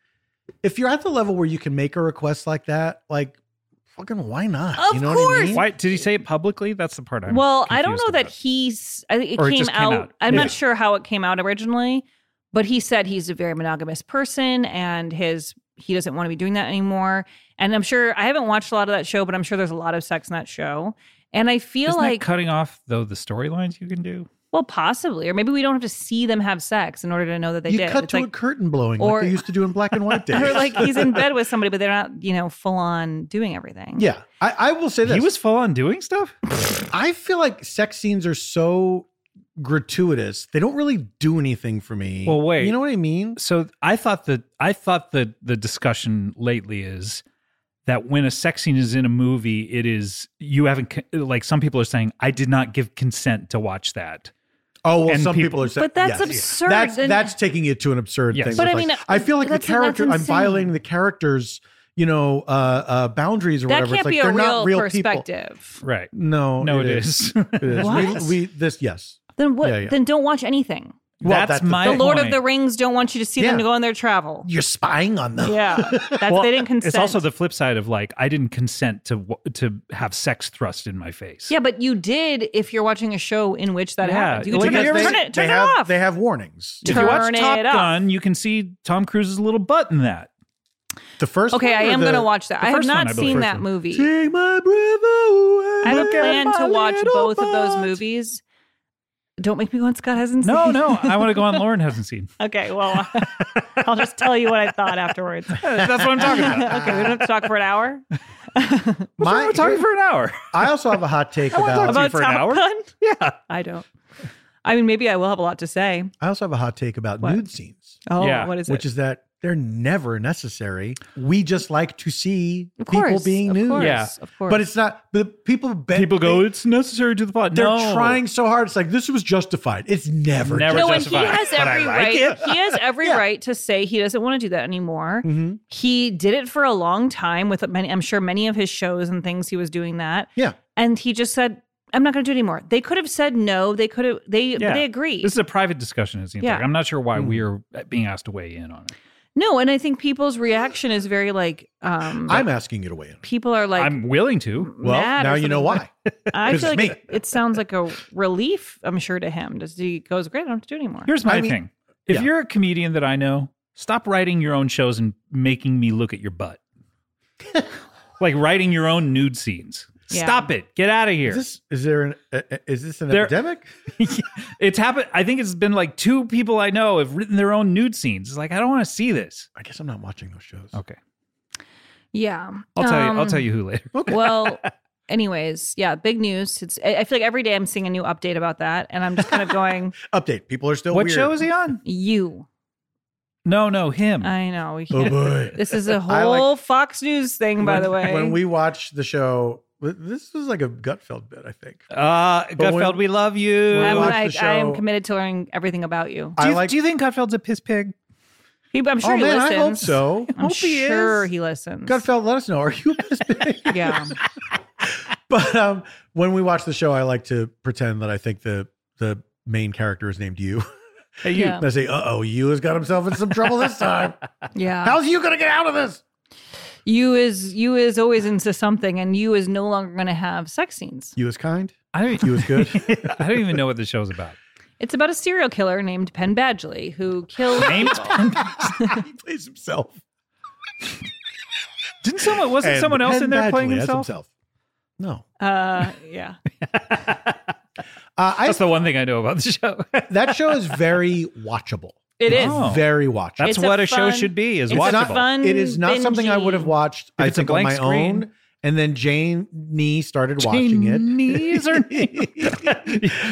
[SPEAKER 2] if you're at the level where you can make a request like that, like fucking why not?
[SPEAKER 1] Of
[SPEAKER 2] you know what I
[SPEAKER 1] course.
[SPEAKER 2] mean?
[SPEAKER 4] Why did he say it publicly? That's the part I'm
[SPEAKER 1] well, I don't
[SPEAKER 4] confused
[SPEAKER 1] know that
[SPEAKER 4] about.
[SPEAKER 1] he's. I think it
[SPEAKER 4] Or it
[SPEAKER 1] came
[SPEAKER 4] just came
[SPEAKER 1] out.
[SPEAKER 4] out.
[SPEAKER 1] I'm
[SPEAKER 2] Yeah.
[SPEAKER 1] not sure how it came out originally, but he said he's a very monogamous person and his he doesn't want to be doing that anymore. And I'm sure I haven't watched a lot of that show, but I'm sure there's a lot of sex in that show. And I feel
[SPEAKER 4] Isn't that
[SPEAKER 1] like,
[SPEAKER 4] cutting off though the storylines you can do.
[SPEAKER 1] well, possibly, or maybe we don't have to see them have sex in order to know that they
[SPEAKER 2] you
[SPEAKER 1] did.
[SPEAKER 2] cut
[SPEAKER 1] It's
[SPEAKER 2] to
[SPEAKER 1] like,
[SPEAKER 2] a curtain blowing
[SPEAKER 1] or-
[SPEAKER 2] like they used to do in black and white days.
[SPEAKER 1] or like he's in bed with somebody, but they're not, you know, full on doing everything.
[SPEAKER 2] yeah, I, I will say this.
[SPEAKER 4] He was full on doing stuff.
[SPEAKER 2] I feel like sex scenes are so gratuitous. They don't really do anything for me.
[SPEAKER 4] Well, wait.
[SPEAKER 2] You know what I mean?
[SPEAKER 4] So I thought that I thought that the discussion lately is that when a sex scene is in a movie, it is you haven't con- like some people are saying I did not give consent to watch that.
[SPEAKER 2] Oh well,
[SPEAKER 4] And
[SPEAKER 2] some
[SPEAKER 4] people-
[SPEAKER 2] people, are saying,
[SPEAKER 1] But that's
[SPEAKER 2] yes, yeah.
[SPEAKER 1] absurd,
[SPEAKER 2] That's
[SPEAKER 1] then-
[SPEAKER 2] that's taking it to an absurd
[SPEAKER 4] Yes.
[SPEAKER 2] thing.
[SPEAKER 1] But
[SPEAKER 2] It's
[SPEAKER 1] I mean,
[SPEAKER 2] like, I feel like the
[SPEAKER 1] that's- that's
[SPEAKER 2] character. I'm
[SPEAKER 1] insane.
[SPEAKER 2] violating the character's you know, uh, uh, boundaries or
[SPEAKER 1] That
[SPEAKER 2] whatever.
[SPEAKER 1] can't
[SPEAKER 2] it's like
[SPEAKER 1] be a
[SPEAKER 2] they're
[SPEAKER 1] real,
[SPEAKER 2] not real people.
[SPEAKER 1] perspective.
[SPEAKER 4] Right.
[SPEAKER 2] No,
[SPEAKER 4] No, it is.
[SPEAKER 2] It is.
[SPEAKER 1] What?
[SPEAKER 2] We, we this yes.
[SPEAKER 1] Then what?
[SPEAKER 2] Yeah, yeah.
[SPEAKER 1] Then don't watch anything.
[SPEAKER 2] Well,
[SPEAKER 4] that's,
[SPEAKER 2] that's the
[SPEAKER 4] my
[SPEAKER 1] The Lord of
[SPEAKER 4] point.
[SPEAKER 1] the Rings don't want you to see them
[SPEAKER 2] Yeah.
[SPEAKER 1] to go on their travel.
[SPEAKER 2] You're spying on them.
[SPEAKER 1] Yeah, that's
[SPEAKER 4] Well,
[SPEAKER 1] they didn't consent.
[SPEAKER 4] It's also the flip side of like I didn't consent to w- to have sex thrust in my face.
[SPEAKER 1] yeah, but you did if you're watching a show in which that
[SPEAKER 4] Yeah,
[SPEAKER 1] happened. You could
[SPEAKER 4] like
[SPEAKER 1] turn,
[SPEAKER 4] if
[SPEAKER 1] it,
[SPEAKER 4] they-
[SPEAKER 1] turn it, turn
[SPEAKER 2] they
[SPEAKER 1] it
[SPEAKER 2] have,
[SPEAKER 1] off.
[SPEAKER 2] They have warnings.
[SPEAKER 4] If you watch
[SPEAKER 1] Turn
[SPEAKER 4] Top
[SPEAKER 1] it off.
[SPEAKER 4] Gun, you can see Tom Cruise's little butt in that.
[SPEAKER 2] The first.
[SPEAKER 1] okay,
[SPEAKER 2] one
[SPEAKER 1] I
[SPEAKER 2] or
[SPEAKER 1] am
[SPEAKER 2] the-
[SPEAKER 1] going to watch that.
[SPEAKER 4] the
[SPEAKER 1] I have
[SPEAKER 4] first one,
[SPEAKER 1] not
[SPEAKER 4] I believe.
[SPEAKER 1] seen
[SPEAKER 4] First
[SPEAKER 1] that
[SPEAKER 4] one.
[SPEAKER 1] movie.
[SPEAKER 2] Take my breath away.
[SPEAKER 1] I have a
[SPEAKER 2] look at
[SPEAKER 1] plan
[SPEAKER 2] my
[SPEAKER 1] to watch
[SPEAKER 2] little
[SPEAKER 1] both of those
[SPEAKER 2] butt.
[SPEAKER 1] movies. Don't make me go on Scott hasn't
[SPEAKER 4] No,
[SPEAKER 1] seen.
[SPEAKER 4] no, I want to go on. Lauren hasn't seen.
[SPEAKER 1] Okay, well, I'll just tell you what I thought afterwards.
[SPEAKER 4] That's what I'm talking about.
[SPEAKER 1] okay, we don't have to talk for an hour
[SPEAKER 2] My,
[SPEAKER 4] We're talking for an hour.
[SPEAKER 2] I also have a hot take
[SPEAKER 4] wanna
[SPEAKER 2] about.
[SPEAKER 4] talk
[SPEAKER 1] about
[SPEAKER 4] for an
[SPEAKER 1] Top
[SPEAKER 4] hour?
[SPEAKER 1] Gun.
[SPEAKER 4] Yeah.
[SPEAKER 1] I don't. I mean, maybe I will have a lot to say.
[SPEAKER 2] I also have a hot take about
[SPEAKER 1] What?
[SPEAKER 2] nude scenes,
[SPEAKER 1] Oh,
[SPEAKER 4] Yeah,
[SPEAKER 1] what is it?
[SPEAKER 2] which is that they're never necessary. We just like to see
[SPEAKER 1] of course,
[SPEAKER 2] people being
[SPEAKER 1] of
[SPEAKER 2] nude.
[SPEAKER 1] Course,
[SPEAKER 4] Yeah.
[SPEAKER 1] of course.
[SPEAKER 2] But it's not. The people. Be,
[SPEAKER 4] People go,
[SPEAKER 2] They,
[SPEAKER 4] it's necessary to the plot.
[SPEAKER 2] they're
[SPEAKER 4] no.
[SPEAKER 2] trying so hard. It's like this was justified. It's never.
[SPEAKER 4] Never
[SPEAKER 1] no, and
[SPEAKER 2] justified.
[SPEAKER 1] he
[SPEAKER 4] justified,
[SPEAKER 1] has
[SPEAKER 4] but I
[SPEAKER 1] every
[SPEAKER 4] like
[SPEAKER 1] right.
[SPEAKER 4] it.
[SPEAKER 1] He has every
[SPEAKER 2] Yeah.
[SPEAKER 1] right to say he doesn't want to do that anymore.
[SPEAKER 4] Mm-hmm.
[SPEAKER 2] Mhm.
[SPEAKER 1] He did it for a long time with many. I'm sure many of his shows and things he was doing that,
[SPEAKER 2] Yeah.
[SPEAKER 1] and he just said, "I'm not going to do it anymore." They could have said no. They could have. They
[SPEAKER 4] Yeah.
[SPEAKER 1] they agreed.
[SPEAKER 4] This is a private discussion, it seems
[SPEAKER 1] Yeah.
[SPEAKER 4] like. I'm not sure why
[SPEAKER 2] Mm.
[SPEAKER 4] we are being asked to weigh in on it.
[SPEAKER 1] no, and I think people's reaction is very like. um
[SPEAKER 2] I'm asking you to weigh in.
[SPEAKER 1] People are like,
[SPEAKER 4] I'm willing to.
[SPEAKER 2] Well,
[SPEAKER 1] mad or
[SPEAKER 2] now you know
[SPEAKER 1] something.
[SPEAKER 2] why.
[SPEAKER 1] I
[SPEAKER 2] 'Cause
[SPEAKER 1] feel like
[SPEAKER 2] it's
[SPEAKER 1] it, it sounds like a relief, I'm sure, to him. Does he goes, Great, I don't have to do it anymore.
[SPEAKER 4] Here's my
[SPEAKER 2] I mean-
[SPEAKER 4] thing. If
[SPEAKER 2] Yeah.
[SPEAKER 4] you're a comedian that I know, stop writing your own shows and making me look at your butt. like writing your own nude scenes.
[SPEAKER 1] Yeah.
[SPEAKER 4] Stop it. Get out of here.
[SPEAKER 2] Is this is there an uh, uh, is this an
[SPEAKER 4] There-
[SPEAKER 2] epidemic?
[SPEAKER 4] it's happened. I think it's been like two people I know have written their own nude scenes. It's like, I don't want to see this.
[SPEAKER 2] I guess I'm not watching those shows.
[SPEAKER 4] Okay.
[SPEAKER 1] yeah.
[SPEAKER 4] I'll tell you. I'll
[SPEAKER 1] Um,
[SPEAKER 4] tell you who later.
[SPEAKER 1] Well, anyways, yeah, big news. It's I I feel like every day I'm seeing a new update about that, and I'm just kind of going,
[SPEAKER 2] Update: People are still
[SPEAKER 4] what
[SPEAKER 2] weird.
[SPEAKER 4] show is he on?
[SPEAKER 1] You.
[SPEAKER 4] No, no, him.
[SPEAKER 1] I know. We
[SPEAKER 2] Oh
[SPEAKER 1] can't.
[SPEAKER 2] boy!
[SPEAKER 1] This is a
[SPEAKER 2] I like-
[SPEAKER 1] whole Fox News thing, by
[SPEAKER 2] When-
[SPEAKER 1] the way.
[SPEAKER 2] when we watched the show, this was like a Gutfeld bit. I think
[SPEAKER 4] uh,
[SPEAKER 2] But when-
[SPEAKER 4] Gutfeld, we love you.
[SPEAKER 2] when
[SPEAKER 1] I'm
[SPEAKER 2] we watched
[SPEAKER 1] like,
[SPEAKER 2] the
[SPEAKER 1] I am
[SPEAKER 2] show-
[SPEAKER 1] committed to learning everything about you.
[SPEAKER 4] do,
[SPEAKER 2] I
[SPEAKER 4] you,
[SPEAKER 2] like.
[SPEAKER 4] do you think Gutfeld's a piss pig?
[SPEAKER 1] He, I'm sure
[SPEAKER 2] oh
[SPEAKER 1] he
[SPEAKER 2] man,
[SPEAKER 1] listens.
[SPEAKER 2] I hope so.
[SPEAKER 1] I'm
[SPEAKER 2] hope he
[SPEAKER 1] sure
[SPEAKER 2] is.
[SPEAKER 1] he listens.
[SPEAKER 2] Gutfeld, let us know. Are you this big?
[SPEAKER 1] Yeah.
[SPEAKER 2] but um, when we watch the show, I like to pretend that I think the the main character is named You.
[SPEAKER 4] Hey, you.
[SPEAKER 1] Yeah.
[SPEAKER 2] And I say, "Uh oh, You has got himself in some trouble this time.
[SPEAKER 1] Yeah.
[SPEAKER 2] How's You gonna get out of this?"
[SPEAKER 1] you is you is always into something and you is no longer going to have sex scenes
[SPEAKER 2] You is kind.
[SPEAKER 4] I don't,
[SPEAKER 2] You was good.
[SPEAKER 4] I don't even know what the show's about.
[SPEAKER 1] it's about a serial killer named penn badgley who killed uh,
[SPEAKER 4] Named Penn
[SPEAKER 2] he plays himself.
[SPEAKER 4] Didn't someone? Wasn't
[SPEAKER 2] And
[SPEAKER 4] someone else
[SPEAKER 2] Penn
[SPEAKER 4] in there playing
[SPEAKER 2] Badgley as
[SPEAKER 4] himself?
[SPEAKER 2] No,
[SPEAKER 1] uh yeah
[SPEAKER 2] uh, I
[SPEAKER 4] That's the one thing I know about the show.
[SPEAKER 2] that show is very watchable.
[SPEAKER 1] it is
[SPEAKER 4] Oh.
[SPEAKER 2] Very watchable.
[SPEAKER 4] That's
[SPEAKER 1] It's a
[SPEAKER 4] what a, show
[SPEAKER 1] fun-
[SPEAKER 4] should be. Is
[SPEAKER 1] it's
[SPEAKER 4] watchable.
[SPEAKER 1] a
[SPEAKER 2] not
[SPEAKER 1] fun
[SPEAKER 2] It is not something I
[SPEAKER 1] bingey-
[SPEAKER 2] would have watched. I
[SPEAKER 4] it's a
[SPEAKER 2] think on my
[SPEAKER 4] blank screen.
[SPEAKER 2] own. And then Jane Nee started watching it.
[SPEAKER 4] Knees or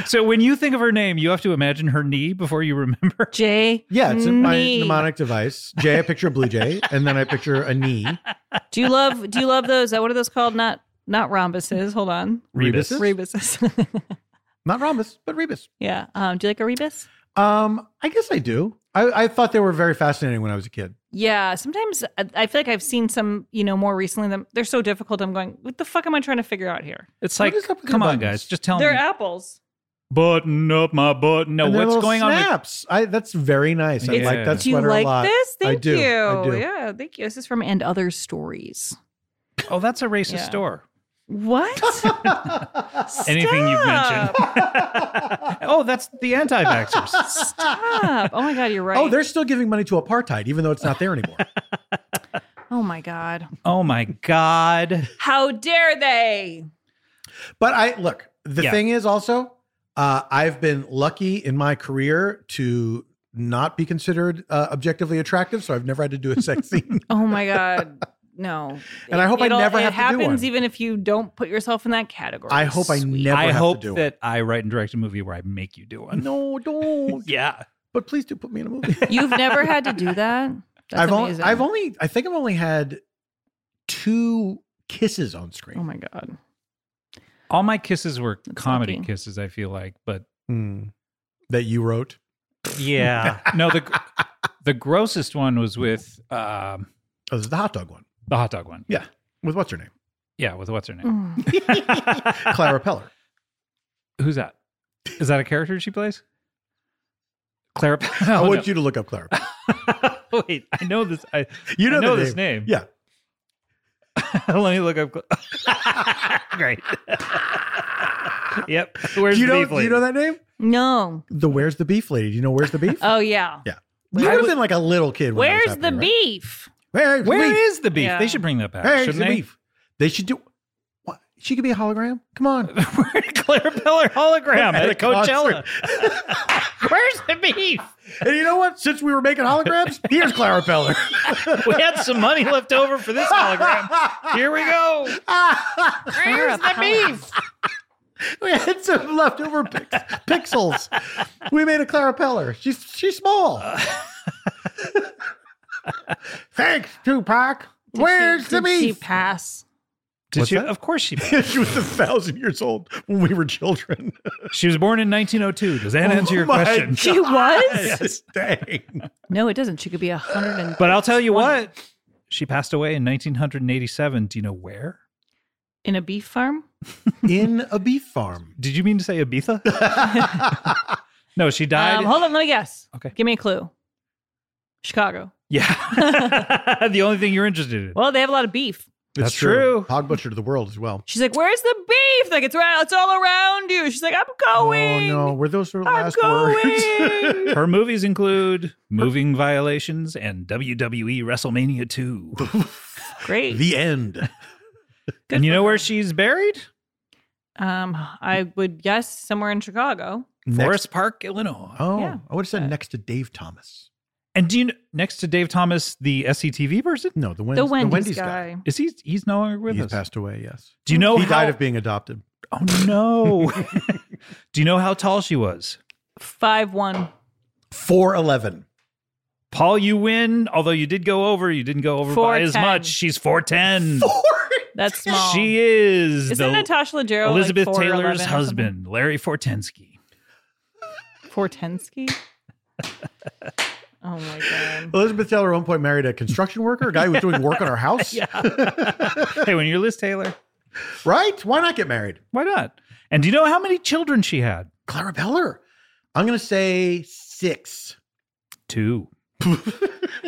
[SPEAKER 4] so when you think of her name, you have to imagine her knee before you remember.
[SPEAKER 1] jay
[SPEAKER 2] Yeah, it's in my
[SPEAKER 1] Nee.
[SPEAKER 2] mnemonic device. Jay, I picture a blue jay, and then I picture a knee.
[SPEAKER 1] do you love do you love those uh, what are those called not not rhombuses hold on
[SPEAKER 4] Rebus.
[SPEAKER 2] Rebuses?
[SPEAKER 1] rebuses
[SPEAKER 2] Not rhombus, but rebus.
[SPEAKER 1] yeah um do you like a rebus
[SPEAKER 2] Um, I guess I do. I, I thought they were very fascinating when I was a kid.
[SPEAKER 1] yeah sometimes I- i feel like i've seen some you know more recently them they're so difficult i'm going what the fuck am i trying to figure out here
[SPEAKER 4] It's
[SPEAKER 2] What
[SPEAKER 4] like,
[SPEAKER 2] is up with
[SPEAKER 4] come
[SPEAKER 2] your
[SPEAKER 4] on,
[SPEAKER 2] buttons?
[SPEAKER 4] guys, just tell
[SPEAKER 1] they're
[SPEAKER 4] me.
[SPEAKER 1] apples
[SPEAKER 4] button up my button. No,
[SPEAKER 2] And their
[SPEAKER 4] Oh, what's
[SPEAKER 2] little
[SPEAKER 4] going on?
[SPEAKER 2] snaps. I that's very nice. I
[SPEAKER 4] It's-
[SPEAKER 2] like that
[SPEAKER 4] Do
[SPEAKER 1] Do you
[SPEAKER 2] sweater
[SPEAKER 1] like
[SPEAKER 2] a lot.
[SPEAKER 1] this?
[SPEAKER 2] I
[SPEAKER 1] Thank
[SPEAKER 2] do.
[SPEAKER 1] you.
[SPEAKER 2] I do.
[SPEAKER 1] Yeah, thank you. This is from And Other Stories.
[SPEAKER 4] With, oh, that's a racist
[SPEAKER 1] Yeah.
[SPEAKER 4] store.
[SPEAKER 1] What?
[SPEAKER 4] Anything you've mentioned.
[SPEAKER 1] Stop.
[SPEAKER 4] oh, that's the anti-vaxxers.
[SPEAKER 1] Stop. Oh my God, you're right.
[SPEAKER 2] Oh, they're still giving money to apartheid, even though it's not there anymore.
[SPEAKER 1] Oh my God.
[SPEAKER 4] oh my god.
[SPEAKER 1] How dare they?
[SPEAKER 2] But I look, the
[SPEAKER 4] Yeah.
[SPEAKER 2] thing is also, uh, I've been lucky in my career to not be considered uh, objectively attractive, so I've never had to do a sex scene.
[SPEAKER 1] Oh my God. No.
[SPEAKER 2] And I hope I
[SPEAKER 1] It'll-
[SPEAKER 2] never
[SPEAKER 1] it
[SPEAKER 2] have to do
[SPEAKER 1] happens
[SPEAKER 2] one.
[SPEAKER 1] even if you don't put yourself in that category.
[SPEAKER 2] I hope I
[SPEAKER 1] Sweet.
[SPEAKER 2] never
[SPEAKER 4] I
[SPEAKER 2] have
[SPEAKER 4] hope
[SPEAKER 2] to do
[SPEAKER 4] that I write and direct a movie where I make you do
[SPEAKER 2] one.
[SPEAKER 4] one.
[SPEAKER 2] No, don't.
[SPEAKER 4] Yeah.
[SPEAKER 2] But please do put me in a movie.
[SPEAKER 1] You've never had to do that? That's
[SPEAKER 2] I've only,
[SPEAKER 1] amazing.
[SPEAKER 2] I've only, I think I've only had two kisses on screen.
[SPEAKER 1] Oh my God.
[SPEAKER 4] All my kisses were
[SPEAKER 1] That's
[SPEAKER 4] comedy
[SPEAKER 1] lucky.
[SPEAKER 4] kisses, I feel like, but
[SPEAKER 2] Hmm. That you wrote.
[SPEAKER 4] yeah. no, the the grossest one was with um
[SPEAKER 2] Oh, this is the hot dog one.
[SPEAKER 4] The hot dog one.
[SPEAKER 2] Yeah. With what's her name?
[SPEAKER 4] Yeah, with what's her name?
[SPEAKER 1] Mm. Uh,
[SPEAKER 2] Clara Peller.
[SPEAKER 4] Who's that? Is that a character she plays? Clara.
[SPEAKER 2] I
[SPEAKER 4] Oh,
[SPEAKER 2] want
[SPEAKER 4] no.
[SPEAKER 2] you to look up Clara. Peller.
[SPEAKER 4] Wait, I know this. I
[SPEAKER 2] You know,
[SPEAKER 4] I know
[SPEAKER 2] the
[SPEAKER 4] this name.
[SPEAKER 2] Yeah.
[SPEAKER 4] Let me look up. Great. yep. Where's
[SPEAKER 2] Do you
[SPEAKER 4] the
[SPEAKER 2] know?
[SPEAKER 4] beef
[SPEAKER 2] Do
[SPEAKER 4] lady?
[SPEAKER 2] you know that name?
[SPEAKER 1] No.
[SPEAKER 2] The Where's the Beef Lady. Do you know Where's the Beef?
[SPEAKER 1] Oh yeah.
[SPEAKER 2] yeah. You would have been like a little kid. when that was
[SPEAKER 1] Where's the
[SPEAKER 2] happening, right?
[SPEAKER 1] beef?
[SPEAKER 2] Where's the
[SPEAKER 4] Where
[SPEAKER 2] beef?
[SPEAKER 4] is the beef?
[SPEAKER 1] Yeah.
[SPEAKER 4] They should bring that back,
[SPEAKER 2] Where's
[SPEAKER 4] shouldn't
[SPEAKER 2] the
[SPEAKER 4] they?
[SPEAKER 2] beef? They should do. What? She could be a hologram. Come on.
[SPEAKER 4] Clara Peller hologram
[SPEAKER 2] At
[SPEAKER 4] at,
[SPEAKER 2] a
[SPEAKER 4] Coachella. Where's the beef?
[SPEAKER 2] And you know what? Since we were making holograms, here's Clara Peller.
[SPEAKER 4] We had some money left over for this hologram. Here we go. Where's the beef?
[SPEAKER 2] we had some leftover pix- pixels. We made a Clara Peller. She's she's small. Thanks, Tupac. Where's the
[SPEAKER 1] Did she
[SPEAKER 2] beef?
[SPEAKER 1] pass?
[SPEAKER 4] Did
[SPEAKER 2] What's
[SPEAKER 4] she?
[SPEAKER 2] that?
[SPEAKER 4] Of course she did.
[SPEAKER 2] she was a thousand years old when we were children.
[SPEAKER 4] She was born in 1902. Does that answer your
[SPEAKER 2] Oh my
[SPEAKER 4] question?
[SPEAKER 1] She was?
[SPEAKER 2] Yes, dang.
[SPEAKER 1] No, it doesn't. She could be a hundred and.
[SPEAKER 4] But I'll tell you what, she passed away in 1987. Do you know where?
[SPEAKER 1] in a beef farm.
[SPEAKER 2] In a beef farm.
[SPEAKER 4] Did you mean to say Ibiza? no, she died.
[SPEAKER 1] Um, hold on, let me guess.
[SPEAKER 4] Okay.
[SPEAKER 1] Give me a clue. Chicago.
[SPEAKER 4] yeah. the only thing you're interested in.
[SPEAKER 1] Well, they have a lot of beef.
[SPEAKER 2] It's
[SPEAKER 4] That's true.
[SPEAKER 2] Hog butcher to the world as well.
[SPEAKER 1] She's like, "Where's the beef? Like it's right, it's all around you." She's like, "I'm going."
[SPEAKER 2] Oh no, were those her
[SPEAKER 1] I'm
[SPEAKER 2] last
[SPEAKER 1] going.
[SPEAKER 2] words?
[SPEAKER 4] Her movies include Moving Violations and WWE WrestleMania 2.
[SPEAKER 1] Great.
[SPEAKER 2] the end.
[SPEAKER 4] and you know where she's buried?
[SPEAKER 1] um, I would guess somewhere in Chicago.
[SPEAKER 4] Forest Park, Illinois.
[SPEAKER 2] Oh,
[SPEAKER 1] Yeah.
[SPEAKER 2] I would have said next to Dave Thomas.
[SPEAKER 4] And do you know, next to Dave Thomas, the SCTV person?
[SPEAKER 2] No, the, Wen-
[SPEAKER 1] The Wendy's,
[SPEAKER 2] the Wendy's guy.
[SPEAKER 1] guy.
[SPEAKER 4] Is he he's no longer with
[SPEAKER 2] He's
[SPEAKER 4] us?
[SPEAKER 2] passed away. Yes.
[SPEAKER 4] Do you know
[SPEAKER 2] he
[SPEAKER 4] how,
[SPEAKER 2] died of being adopted?
[SPEAKER 4] Oh no. do you know how tall she was?
[SPEAKER 1] Five one.
[SPEAKER 2] Four eleven.
[SPEAKER 4] Paul, you win. Although you did go over, you didn't go over by as
[SPEAKER 1] 4'10.
[SPEAKER 4] much. She's 4'10.
[SPEAKER 1] That's small.
[SPEAKER 4] She is
[SPEAKER 1] Isn't
[SPEAKER 4] the
[SPEAKER 1] Natasha Leggero like,
[SPEAKER 4] Elizabeth
[SPEAKER 1] 4'11" or
[SPEAKER 4] Taylor's
[SPEAKER 1] something?
[SPEAKER 4] husband, Larry Fortensky.
[SPEAKER 1] Fortensky. oh my god.
[SPEAKER 2] Elizabeth Taylor at one point married a construction worker, a guy who was doing work on her house.
[SPEAKER 4] hey, when you're Liz Taylor,
[SPEAKER 2] Right? Why not get married?
[SPEAKER 4] why not? And do you know how many children she had?
[SPEAKER 2] Clara Peller. I'm gonna say six.
[SPEAKER 4] Two.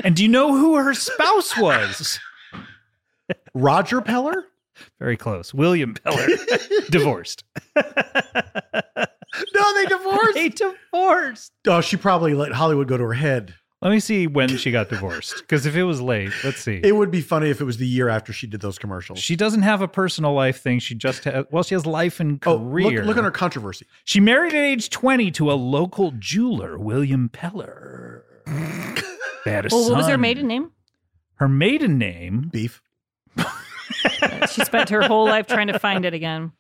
[SPEAKER 4] and do you know who her spouse was?
[SPEAKER 2] Roger Peller?
[SPEAKER 4] Very close. William Peller. divorced.
[SPEAKER 2] No, they divorced.
[SPEAKER 4] They divorced.
[SPEAKER 2] oh, she probably let Hollywood go to her head.
[SPEAKER 4] Let me see when she got divorced. Because if it was late, let's see.
[SPEAKER 2] It would be funny if it was the year after she did those commercials.
[SPEAKER 4] she doesn't have a personal life thing. She just has, well, she has life and
[SPEAKER 2] oh,
[SPEAKER 4] career.
[SPEAKER 2] look, look at her controversy.
[SPEAKER 4] She married at age 20 to a local jeweler, William Peller. They had a
[SPEAKER 1] Well, what was her
[SPEAKER 4] son.
[SPEAKER 1] maiden name?
[SPEAKER 4] Her maiden name.
[SPEAKER 2] Beef.
[SPEAKER 1] She spent her whole life trying to find it again.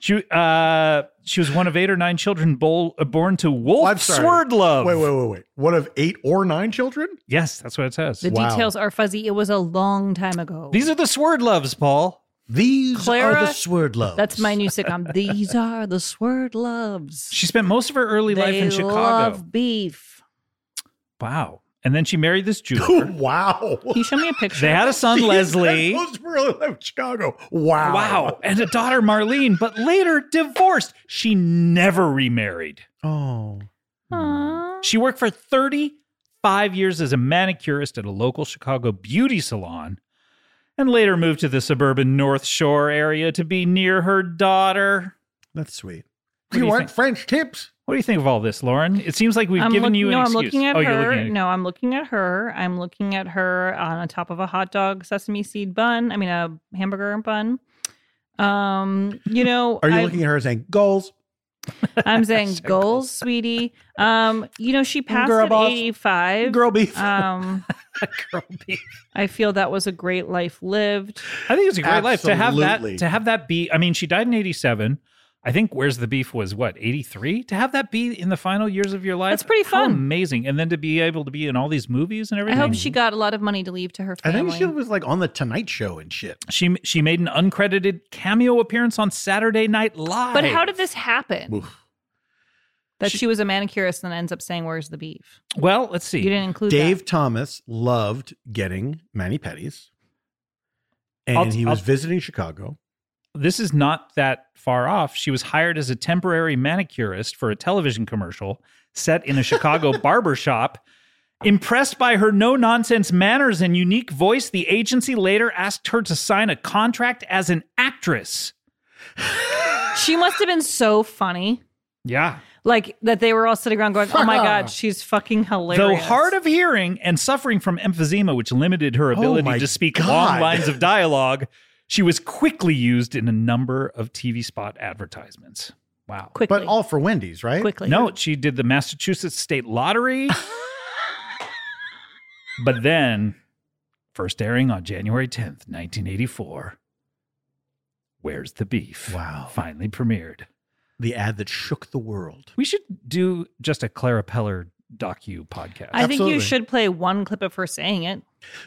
[SPEAKER 4] She uh, she was one of eight or nine children bol- uh, born to Wolf
[SPEAKER 2] Oh, I'm sorry.
[SPEAKER 4] Swerdlove.
[SPEAKER 2] Wait, wait, wait, wait. One of eight or nine children?
[SPEAKER 4] Yes, that's what it says.
[SPEAKER 1] The
[SPEAKER 2] Wow.
[SPEAKER 1] details are fuzzy. It was a long time ago.
[SPEAKER 4] These are the Swerdloves, Paul.
[SPEAKER 2] These
[SPEAKER 1] Clara-
[SPEAKER 2] are the sword loves.
[SPEAKER 1] That's my new sitcom. These are the sword loves.
[SPEAKER 4] She spent most of her early life in Chicago.
[SPEAKER 1] love beef.
[SPEAKER 4] Wow. And then she married this jeweler.
[SPEAKER 2] wow.
[SPEAKER 1] Can you show me a picture?
[SPEAKER 4] they had a son, Leslie.
[SPEAKER 2] Most really left Chicago. Wow.
[SPEAKER 4] Wow. And a daughter, Marlene, but later divorced. She never remarried.
[SPEAKER 2] Oh.
[SPEAKER 1] Aw.
[SPEAKER 4] She worked for 35 years as a manicurist at a local Chicago beauty salon and later moved to the suburban North Shore area to be near her daughter.
[SPEAKER 2] That's sweet.
[SPEAKER 4] do you think?
[SPEAKER 2] French tips?
[SPEAKER 4] What do you think of all this, Lauren? It seems like we've
[SPEAKER 1] I'm
[SPEAKER 4] given
[SPEAKER 1] look-
[SPEAKER 4] you an
[SPEAKER 1] no, I'm
[SPEAKER 4] excuse.
[SPEAKER 1] looking at
[SPEAKER 4] oh,
[SPEAKER 1] her.
[SPEAKER 4] you're looking at
[SPEAKER 1] no, I'm looking at her. I'm looking at her on the top of a hot dog sesame seed bun. I mean, a hamburger bun. Um, you know,
[SPEAKER 2] Are you
[SPEAKER 1] I-
[SPEAKER 2] looking at her saying goals?
[SPEAKER 1] I'm saying goals, sweetie. Um, you know, she passed
[SPEAKER 2] Girl
[SPEAKER 1] at
[SPEAKER 2] boss.
[SPEAKER 1] 85.
[SPEAKER 2] Girl beef.
[SPEAKER 1] Um,
[SPEAKER 4] Girl beef.
[SPEAKER 1] I feel that was a great life lived.
[SPEAKER 4] I think it's a great life to have
[SPEAKER 2] Absolutely.
[SPEAKER 4] that to have that be I mean, she died in 87. I think Where's the Beef was what, 83? To have that be in the final years of your life.
[SPEAKER 1] That's pretty
[SPEAKER 4] how
[SPEAKER 1] fun.
[SPEAKER 4] amazing. And then to be able to be in all these movies and
[SPEAKER 1] I
[SPEAKER 4] everything.
[SPEAKER 1] hope she got a lot of money to leave to her
[SPEAKER 2] I
[SPEAKER 1] family.
[SPEAKER 2] think she was like on the Tonight Show and shit.
[SPEAKER 4] She she made an uncredited cameo appearance on Saturday Night Live.
[SPEAKER 1] But how did this happen?
[SPEAKER 2] Oof.
[SPEAKER 1] That she, was a manicurist and ends up saying, "Where's the beef?"
[SPEAKER 4] Well, let's see.
[SPEAKER 1] You didn't include
[SPEAKER 2] Dave
[SPEAKER 1] That.
[SPEAKER 2] Thomas loved getting mani pedis. and
[SPEAKER 4] I'll-
[SPEAKER 2] he was
[SPEAKER 4] I'll-
[SPEAKER 2] visiting Chicago.
[SPEAKER 4] This is not that far off. She was hired as a temporary manicurist for a television commercial set in a Chicago barber shop. Impressed by her no nonsense manners and unique voice, the agency later asked her to sign a contract as an actress.
[SPEAKER 1] She must have been so funny.
[SPEAKER 4] Yeah.
[SPEAKER 1] Like that they were all sitting around going, Oh my god, she's fucking
[SPEAKER 4] Though
[SPEAKER 1] hilarious.
[SPEAKER 4] hard of hearing and suffering from emphysema, which limited her ability
[SPEAKER 2] Oh my
[SPEAKER 4] to speak
[SPEAKER 2] God.
[SPEAKER 4] long lines of dialogue, she was quickly used in a number of TV spot advertisements. Wow.
[SPEAKER 1] quickly.
[SPEAKER 2] But all for Wendy's, right?
[SPEAKER 1] quickly.
[SPEAKER 4] No, she did the Massachusetts State Lottery. but then, first airing on January 10th, 1984, Where's the Beef?
[SPEAKER 2] Wow.
[SPEAKER 4] Finally premiered.
[SPEAKER 2] The ad that shook the world.
[SPEAKER 4] We should do just a Clara Peller docu podcast.
[SPEAKER 1] I think you
[SPEAKER 2] Absolutely.
[SPEAKER 1] should play one clip of her saying it.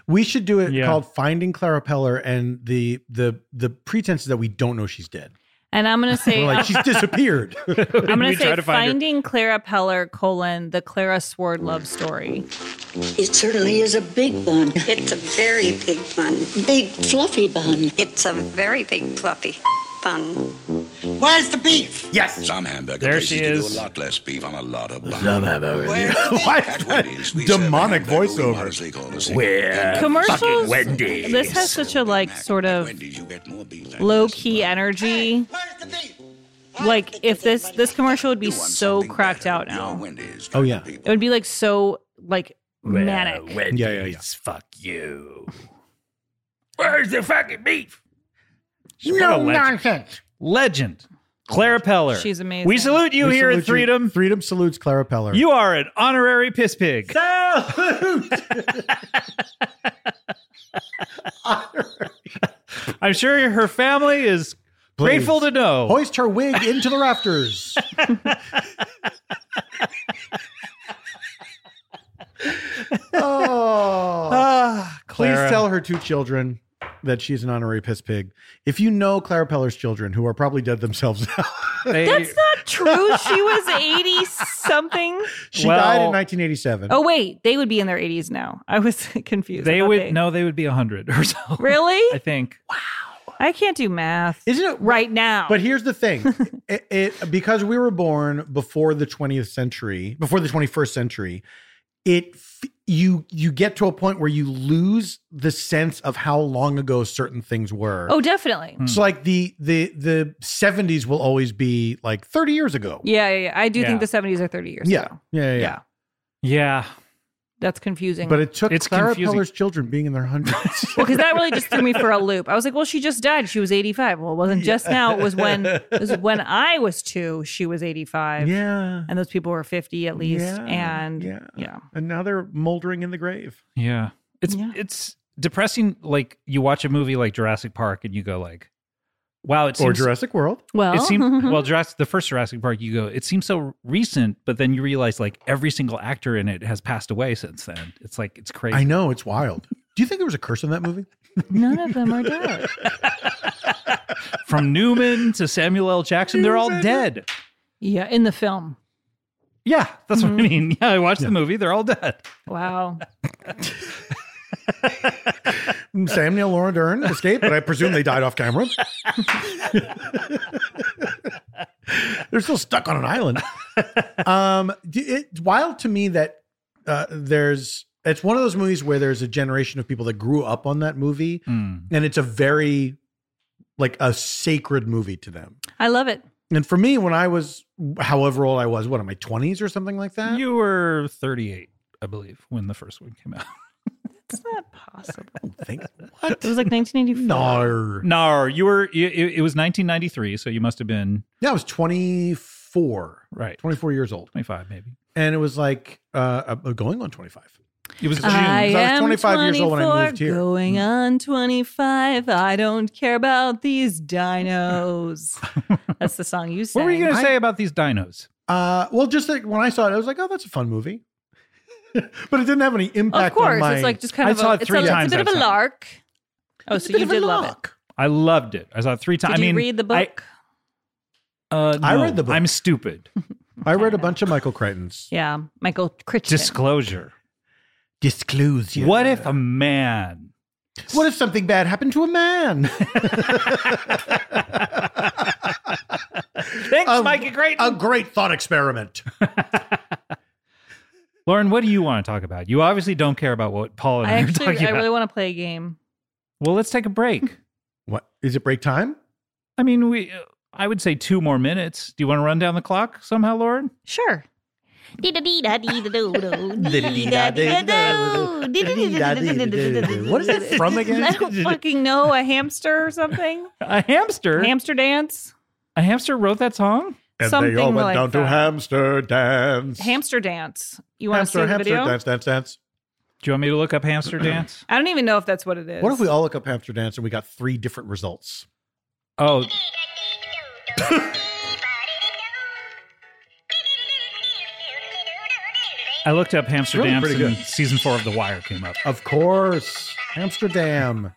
[SPEAKER 2] We should do it
[SPEAKER 4] Yeah.
[SPEAKER 2] called Finding Clara Peller and the the the pretense is that we don't know she's dead.
[SPEAKER 1] And I'm gonna say
[SPEAKER 2] We're
[SPEAKER 4] uh,
[SPEAKER 2] like, she's disappered.
[SPEAKER 1] I'm gonna
[SPEAKER 4] We
[SPEAKER 1] say
[SPEAKER 4] try to find her.
[SPEAKER 1] finding Clara Peller colon the Clara Sword love story.
[SPEAKER 8] It certainly is a big bun. It's a very big bun. Big fluffy bun. It's a very big fluffy bun.
[SPEAKER 3] Where's the beef?
[SPEAKER 2] yes.
[SPEAKER 3] Some hamburger
[SPEAKER 4] There
[SPEAKER 3] places
[SPEAKER 4] she
[SPEAKER 3] can
[SPEAKER 4] is.
[SPEAKER 3] do a lot less beef on a lot of bun.
[SPEAKER 2] Oh, Why is that demonic voiceover?
[SPEAKER 3] Where?
[SPEAKER 1] Commercials this has such a like sort of low key energy. Like if this this commercial would be so cracked out now.
[SPEAKER 2] Oh, yeah.
[SPEAKER 1] It would be like so like manic.
[SPEAKER 2] Yeah, yeah, yeah.
[SPEAKER 4] Fuck you. Where's the fucking beef?
[SPEAKER 2] No
[SPEAKER 4] legend.
[SPEAKER 2] nonsense.
[SPEAKER 4] Legend. Clara Peller.
[SPEAKER 1] She's amazing.
[SPEAKER 4] We salute you
[SPEAKER 2] We
[SPEAKER 4] here
[SPEAKER 2] salute
[SPEAKER 4] at Freedom.
[SPEAKER 2] Freedom salutes Clara Peller.
[SPEAKER 4] You are an honorary piss pig. I'm sure her family is grateful to know.
[SPEAKER 2] hoist her wig into the rafters. oh.
[SPEAKER 4] Ah,
[SPEAKER 2] Please
[SPEAKER 4] Clara.
[SPEAKER 2] tell her two children that she's an honorary piss pig. If you know Clara Peller's children, who are probably dead themselves,
[SPEAKER 4] They-
[SPEAKER 1] That's not true. She was 80 something.
[SPEAKER 2] she
[SPEAKER 4] Well-
[SPEAKER 2] died in 1987.
[SPEAKER 1] Oh wait, they would be in their 80s now. I was confused. I
[SPEAKER 4] they
[SPEAKER 1] thought
[SPEAKER 4] would no, they would be hundred or so. I
[SPEAKER 1] Really?
[SPEAKER 4] think.
[SPEAKER 1] I can't do math.
[SPEAKER 2] Isn't it
[SPEAKER 1] right now.
[SPEAKER 2] But here's the thing, it, it because we were born before the 20th century, before the 21st century, it f- you you get to a point where you lose the sense of how long ago certain things were.
[SPEAKER 1] oh, definitely.
[SPEAKER 2] So like the the the 70s will always be like 30 years ago.
[SPEAKER 1] Yeah, yeah, yeah. I do
[SPEAKER 4] Yeah.
[SPEAKER 1] think the 70s are 30 years.
[SPEAKER 2] Yeah.
[SPEAKER 1] ago.
[SPEAKER 2] Yeah, yeah, yeah.
[SPEAKER 1] Yeah.
[SPEAKER 4] Yeah.
[SPEAKER 1] That's confusing.
[SPEAKER 2] But it took
[SPEAKER 4] It's
[SPEAKER 2] Clara
[SPEAKER 4] confusing.
[SPEAKER 2] Peller's children being in their hundreds.
[SPEAKER 1] well, because that really just threw me for a loop. I was like, well, she just died. She was 85. Well, it wasn't just now. It was when it was when I was two, she was 85.
[SPEAKER 2] yeah.
[SPEAKER 1] And those people were 50 at least.
[SPEAKER 2] Yeah,
[SPEAKER 1] and yeah.
[SPEAKER 2] And now they're moldering in the grave.
[SPEAKER 4] Yeah. It's
[SPEAKER 1] Yeah.
[SPEAKER 4] it's depressing like you watch a movie like Jurassic Park and you go like wow, it
[SPEAKER 2] or
[SPEAKER 4] seems
[SPEAKER 2] Jurassic World.
[SPEAKER 1] Well,
[SPEAKER 4] It seemed well, Jurassic, the first Jurassic Park. You go, it seems so recent, but then you realize like every single actor in it has passed away since then. It's like it's crazy.
[SPEAKER 2] I know, it's wild. Do you think there was a curse in that movie?
[SPEAKER 1] none of them are dead.
[SPEAKER 4] From Newman to Samuel L. Jackson, they're all dead.
[SPEAKER 1] Yeah, in the film.
[SPEAKER 4] Yeah, that's what I mean. Yeah, I watched the movie; they're all dead.
[SPEAKER 1] Wow.
[SPEAKER 2] Sam Neill, Laura Dern escaped, but I presume they died off camera. They're still stuck on an island. Um, d- it's wild to me that uh, there's. It's one of those movies where there's a generation of people that grew up on that movie, and it's a very like a sacred movie to them.
[SPEAKER 1] I love it.
[SPEAKER 2] And for me, when I was however old I was, what am I, twenties or something like that?
[SPEAKER 4] You were thirty-eight, I believe, when the first one came out.
[SPEAKER 1] It's not possible.
[SPEAKER 2] think
[SPEAKER 1] It was like 1984.
[SPEAKER 2] no.
[SPEAKER 4] No, you were. you- It, it was nineteen ninety-three, so you must have been
[SPEAKER 2] Yeah, I was twenty four.
[SPEAKER 4] right
[SPEAKER 2] 24 years old.
[SPEAKER 4] twenty-five, maybe.
[SPEAKER 2] and it was like uh, uh going on 25
[SPEAKER 4] It was June.
[SPEAKER 1] I,
[SPEAKER 2] I was
[SPEAKER 1] am
[SPEAKER 2] 25 years old when I
[SPEAKER 1] 24,
[SPEAKER 2] moved here. Mm.
[SPEAKER 1] Going on 25. I don't care about these dinos. That's the song you sang.
[SPEAKER 4] what were you going to
[SPEAKER 2] I-
[SPEAKER 4] say about these dinos?
[SPEAKER 2] uh well just like when i saw it i was like oh that's a fun movie but it didn't have any
[SPEAKER 1] Of
[SPEAKER 2] impact
[SPEAKER 1] course,
[SPEAKER 2] on my
[SPEAKER 1] it's like just kind
[SPEAKER 4] I
[SPEAKER 1] of
[SPEAKER 4] saw
[SPEAKER 1] a,
[SPEAKER 4] it
[SPEAKER 1] it's
[SPEAKER 4] three
[SPEAKER 1] a, it's a
[SPEAKER 4] times
[SPEAKER 1] bit of
[SPEAKER 4] I've
[SPEAKER 1] a
[SPEAKER 4] seen it.
[SPEAKER 1] lark. Oh,
[SPEAKER 2] It's
[SPEAKER 1] so
[SPEAKER 2] a
[SPEAKER 1] you
[SPEAKER 2] bit of
[SPEAKER 1] did
[SPEAKER 2] a
[SPEAKER 1] love it.
[SPEAKER 2] lock.
[SPEAKER 4] I loved it. I saw it three
[SPEAKER 1] Did
[SPEAKER 4] times. I mean,
[SPEAKER 1] you read the
[SPEAKER 4] I-
[SPEAKER 1] book?
[SPEAKER 4] Uh,
[SPEAKER 2] I
[SPEAKER 4] no,
[SPEAKER 2] read the book.
[SPEAKER 4] I'm stupid.
[SPEAKER 2] i read a bunch of michael crichton's
[SPEAKER 1] yeah, Michael Crichton.
[SPEAKER 4] Disclosure.
[SPEAKER 2] disclose
[SPEAKER 4] What if a man
[SPEAKER 11] What if something bad happened to a man?
[SPEAKER 4] Thanks, Mikey. Great.
[SPEAKER 11] A great thought experiment.
[SPEAKER 4] Lauren, what do you want to talk about? You obviously don't care about what Paul and I,
[SPEAKER 1] I
[SPEAKER 4] are
[SPEAKER 1] actually,
[SPEAKER 4] talking
[SPEAKER 1] I
[SPEAKER 4] about.
[SPEAKER 1] really want to play a game.
[SPEAKER 4] well, let's take a break.
[SPEAKER 2] What is it? Break time?
[SPEAKER 4] I mean, we. uh, I would say two more minutes. Do you want to run down the clock somehow, Lauren?
[SPEAKER 1] Sure.
[SPEAKER 11] What is it from
[SPEAKER 1] I
[SPEAKER 11] again?
[SPEAKER 1] don't fucking know. A hamster or something?
[SPEAKER 4] A hamster.
[SPEAKER 1] hamster dance?
[SPEAKER 4] a hamster wrote that song.
[SPEAKER 2] And
[SPEAKER 1] Something
[SPEAKER 2] they all went
[SPEAKER 1] like
[SPEAKER 2] down to
[SPEAKER 1] that.
[SPEAKER 2] hamster dance.
[SPEAKER 1] Hamster dance. You want to see
[SPEAKER 2] hamster,
[SPEAKER 1] the
[SPEAKER 2] hamster,
[SPEAKER 1] video?
[SPEAKER 2] dance, dance, dance.
[SPEAKER 4] Do you want me to look up hamster dance?
[SPEAKER 1] I don't even know if that's what it is.
[SPEAKER 2] What if we all look up hamster dance and we got three different results?
[SPEAKER 4] Oh, I looked up hamster
[SPEAKER 2] Really
[SPEAKER 4] dance
[SPEAKER 2] pretty
[SPEAKER 4] and
[SPEAKER 2] good.
[SPEAKER 4] season four of The Wire came up.
[SPEAKER 2] Of course, Amsterdam,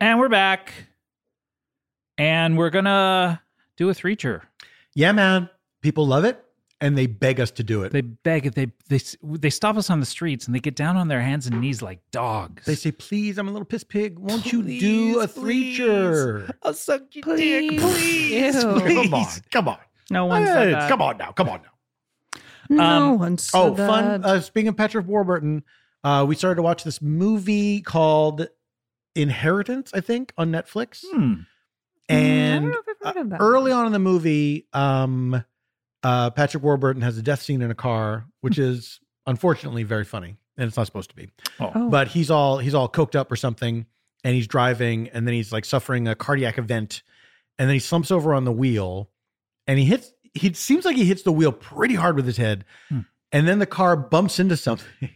[SPEAKER 4] And we're back, and we're gonna do a three-cher.
[SPEAKER 2] Yeah, man. People love it and they beg us to do it.
[SPEAKER 4] They beg it. They they they stop us on the streets and they get down on their hands and knees like dogs.
[SPEAKER 2] They say, please, I'm a little piss pig. Won't you do a threacher?
[SPEAKER 4] I'll suck your
[SPEAKER 1] Please. Ew.
[SPEAKER 2] Come on. Come on.
[SPEAKER 1] No one said
[SPEAKER 2] Hey,
[SPEAKER 1] that.
[SPEAKER 2] Come on now. Come on now.
[SPEAKER 1] No
[SPEAKER 4] Um,
[SPEAKER 1] one said
[SPEAKER 2] Oh,
[SPEAKER 1] that.
[SPEAKER 2] fun. Uh, speaking of Patrick Warburton, uh, we started to watch this movie called Inheritance, I think, on Netflix.
[SPEAKER 4] Hmm.
[SPEAKER 1] Mm, I don't
[SPEAKER 2] And uh,
[SPEAKER 1] know if I've heard of that.
[SPEAKER 2] early on in the movie, um, uh, Patrick Warburton has a death scene in a car, which is unfortunately very funny, and it's not supposed to be.
[SPEAKER 1] Oh.
[SPEAKER 2] But he's all he's all coked up or something, and he's driving, and then he's like suffering a cardiac event, and then he slumps over on the wheel, and he hits. He it seems like he hits the wheel pretty hard with his head,
[SPEAKER 4] Hmm.
[SPEAKER 2] and then the car bumps into something.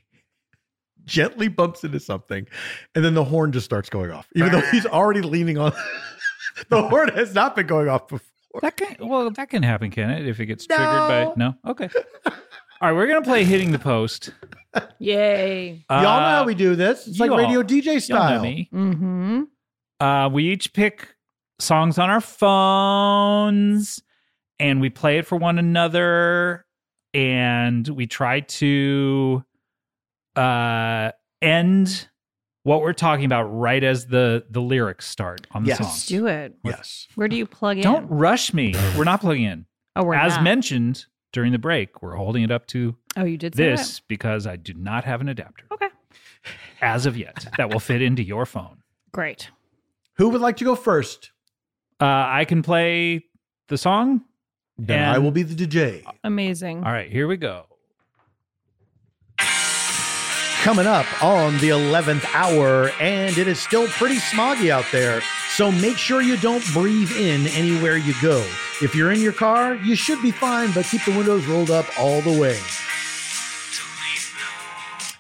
[SPEAKER 2] Gently bumps into something, and then the horn just starts going off, even though he's already leaning on. the horn has not been going off before.
[SPEAKER 4] That can well, that can happen, can it? If it gets triggered by no, okay. All right, we're gonna play hitting the post.
[SPEAKER 1] Yay.
[SPEAKER 4] Y'all know how we
[SPEAKER 2] do this.
[SPEAKER 1] It's like radio
[SPEAKER 2] DJ
[SPEAKER 1] style.
[SPEAKER 4] me.
[SPEAKER 1] Mm-hmm.
[SPEAKER 4] Uh, we each pick songs on our phones and we play it for one another and we try to uh, end what we're talking about right as the the lyrics start on the
[SPEAKER 1] Yes. Let's
[SPEAKER 4] song.
[SPEAKER 1] do it.
[SPEAKER 2] Yes.
[SPEAKER 1] Where do you plug in?
[SPEAKER 4] Don't rush me. We're not plugging in.
[SPEAKER 1] Oh, we're
[SPEAKER 4] as
[SPEAKER 1] not.
[SPEAKER 4] mentioned during the break, we're holding it up to
[SPEAKER 1] Oh, you did say
[SPEAKER 4] this because I do not have an adapter.
[SPEAKER 1] Okay.
[SPEAKER 4] As of yet, that will fit into your phone.
[SPEAKER 1] that. Great.
[SPEAKER 4] Who would like to go first? Uh, I can play the song.
[SPEAKER 2] Then I will be the DJ.
[SPEAKER 1] Amazing.
[SPEAKER 4] All right, here we go.
[SPEAKER 2] Coming up on the 11th hour, and it is still pretty smoggy out there. So make sure you don't breathe in anywhere you go. If you're in your car, you should be fine, but keep the windows rolled up all the way.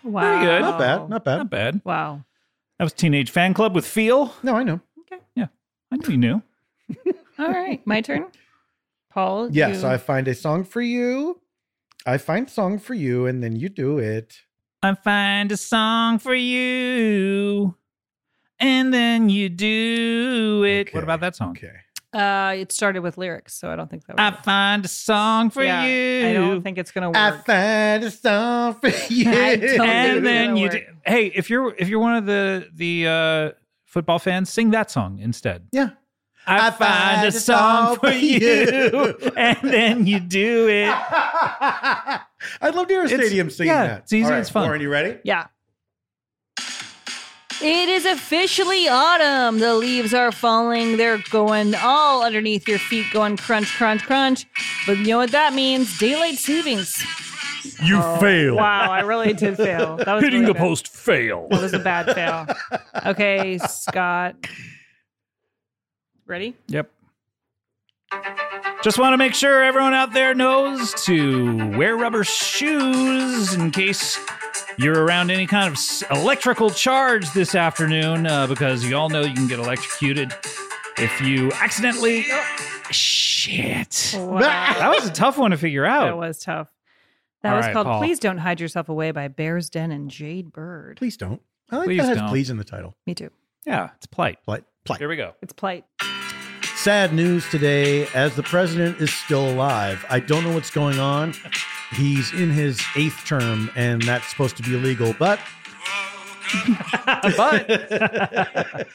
[SPEAKER 1] Wow.
[SPEAKER 4] Pretty good.
[SPEAKER 2] Not bad. Not bad.
[SPEAKER 4] Not bad.
[SPEAKER 1] Wow.
[SPEAKER 4] That was Teenage Fan Club with Feel.
[SPEAKER 2] No, I know.
[SPEAKER 1] Okay.
[SPEAKER 4] Yeah. I knew you knew.
[SPEAKER 1] All right. My turn. Paul.
[SPEAKER 2] Yes,
[SPEAKER 1] you-
[SPEAKER 2] I find a song for you. I find song for you, and then you do it.
[SPEAKER 4] I find a song for you, and then you do it. What about that song?
[SPEAKER 2] Okay.
[SPEAKER 1] Uh, it started with lyrics, so I don't think that.
[SPEAKER 4] I find a song for
[SPEAKER 1] Yeah,
[SPEAKER 4] you.
[SPEAKER 1] I don't think it's gonna work.
[SPEAKER 2] I find a song for you.
[SPEAKER 4] and then you do, hey if you're if you're one of the the uh football fans sing that song instead
[SPEAKER 2] Yeah.
[SPEAKER 4] i, find a song for you and then you do it
[SPEAKER 2] I'd love to hear a
[SPEAKER 4] It's-
[SPEAKER 2] stadium singing
[SPEAKER 4] yeah,
[SPEAKER 2] that.
[SPEAKER 4] it's easy,
[SPEAKER 2] All
[SPEAKER 4] it's fun.
[SPEAKER 2] Lauren, you ready?
[SPEAKER 1] Yeah. It is officially autumn. The leaves are falling. They're going all underneath your feet, going crunch, crunch, crunch. But you know what that means? Daylight savings.
[SPEAKER 4] you fail
[SPEAKER 1] Oh, Wow, I really did fail. That was really bad.
[SPEAKER 4] fail
[SPEAKER 1] That was a bad fail. Okay, Scott. Ready?
[SPEAKER 4] yep just want to make sure everyone out there knows to wear rubber shoes in case you're around any kind of s- electrical charge this afternoon uh, because you all know you can get electrocuted if you accidentally Oh, Shit.
[SPEAKER 1] Wow.
[SPEAKER 4] That was a tough one to figure
[SPEAKER 1] That
[SPEAKER 4] out.
[SPEAKER 1] was tough. That
[SPEAKER 4] Oh. All
[SPEAKER 1] was
[SPEAKER 4] right,
[SPEAKER 1] called
[SPEAKER 4] Paul.
[SPEAKER 1] Please Don't Hide Yourself Away by Bears Den and Jade Bird.
[SPEAKER 2] Please don't. I like
[SPEAKER 4] Please
[SPEAKER 2] that has
[SPEAKER 4] don't.
[SPEAKER 2] please in the title.
[SPEAKER 1] Me too.
[SPEAKER 4] Yeah, it's polite.
[SPEAKER 2] Plight. Plight.
[SPEAKER 4] Here we go.
[SPEAKER 1] It's plight.
[SPEAKER 2] Sad news today as the president is still alive. I don't know what's going on. He's in his eighth term, and that's supposed to be illegal, but
[SPEAKER 4] but that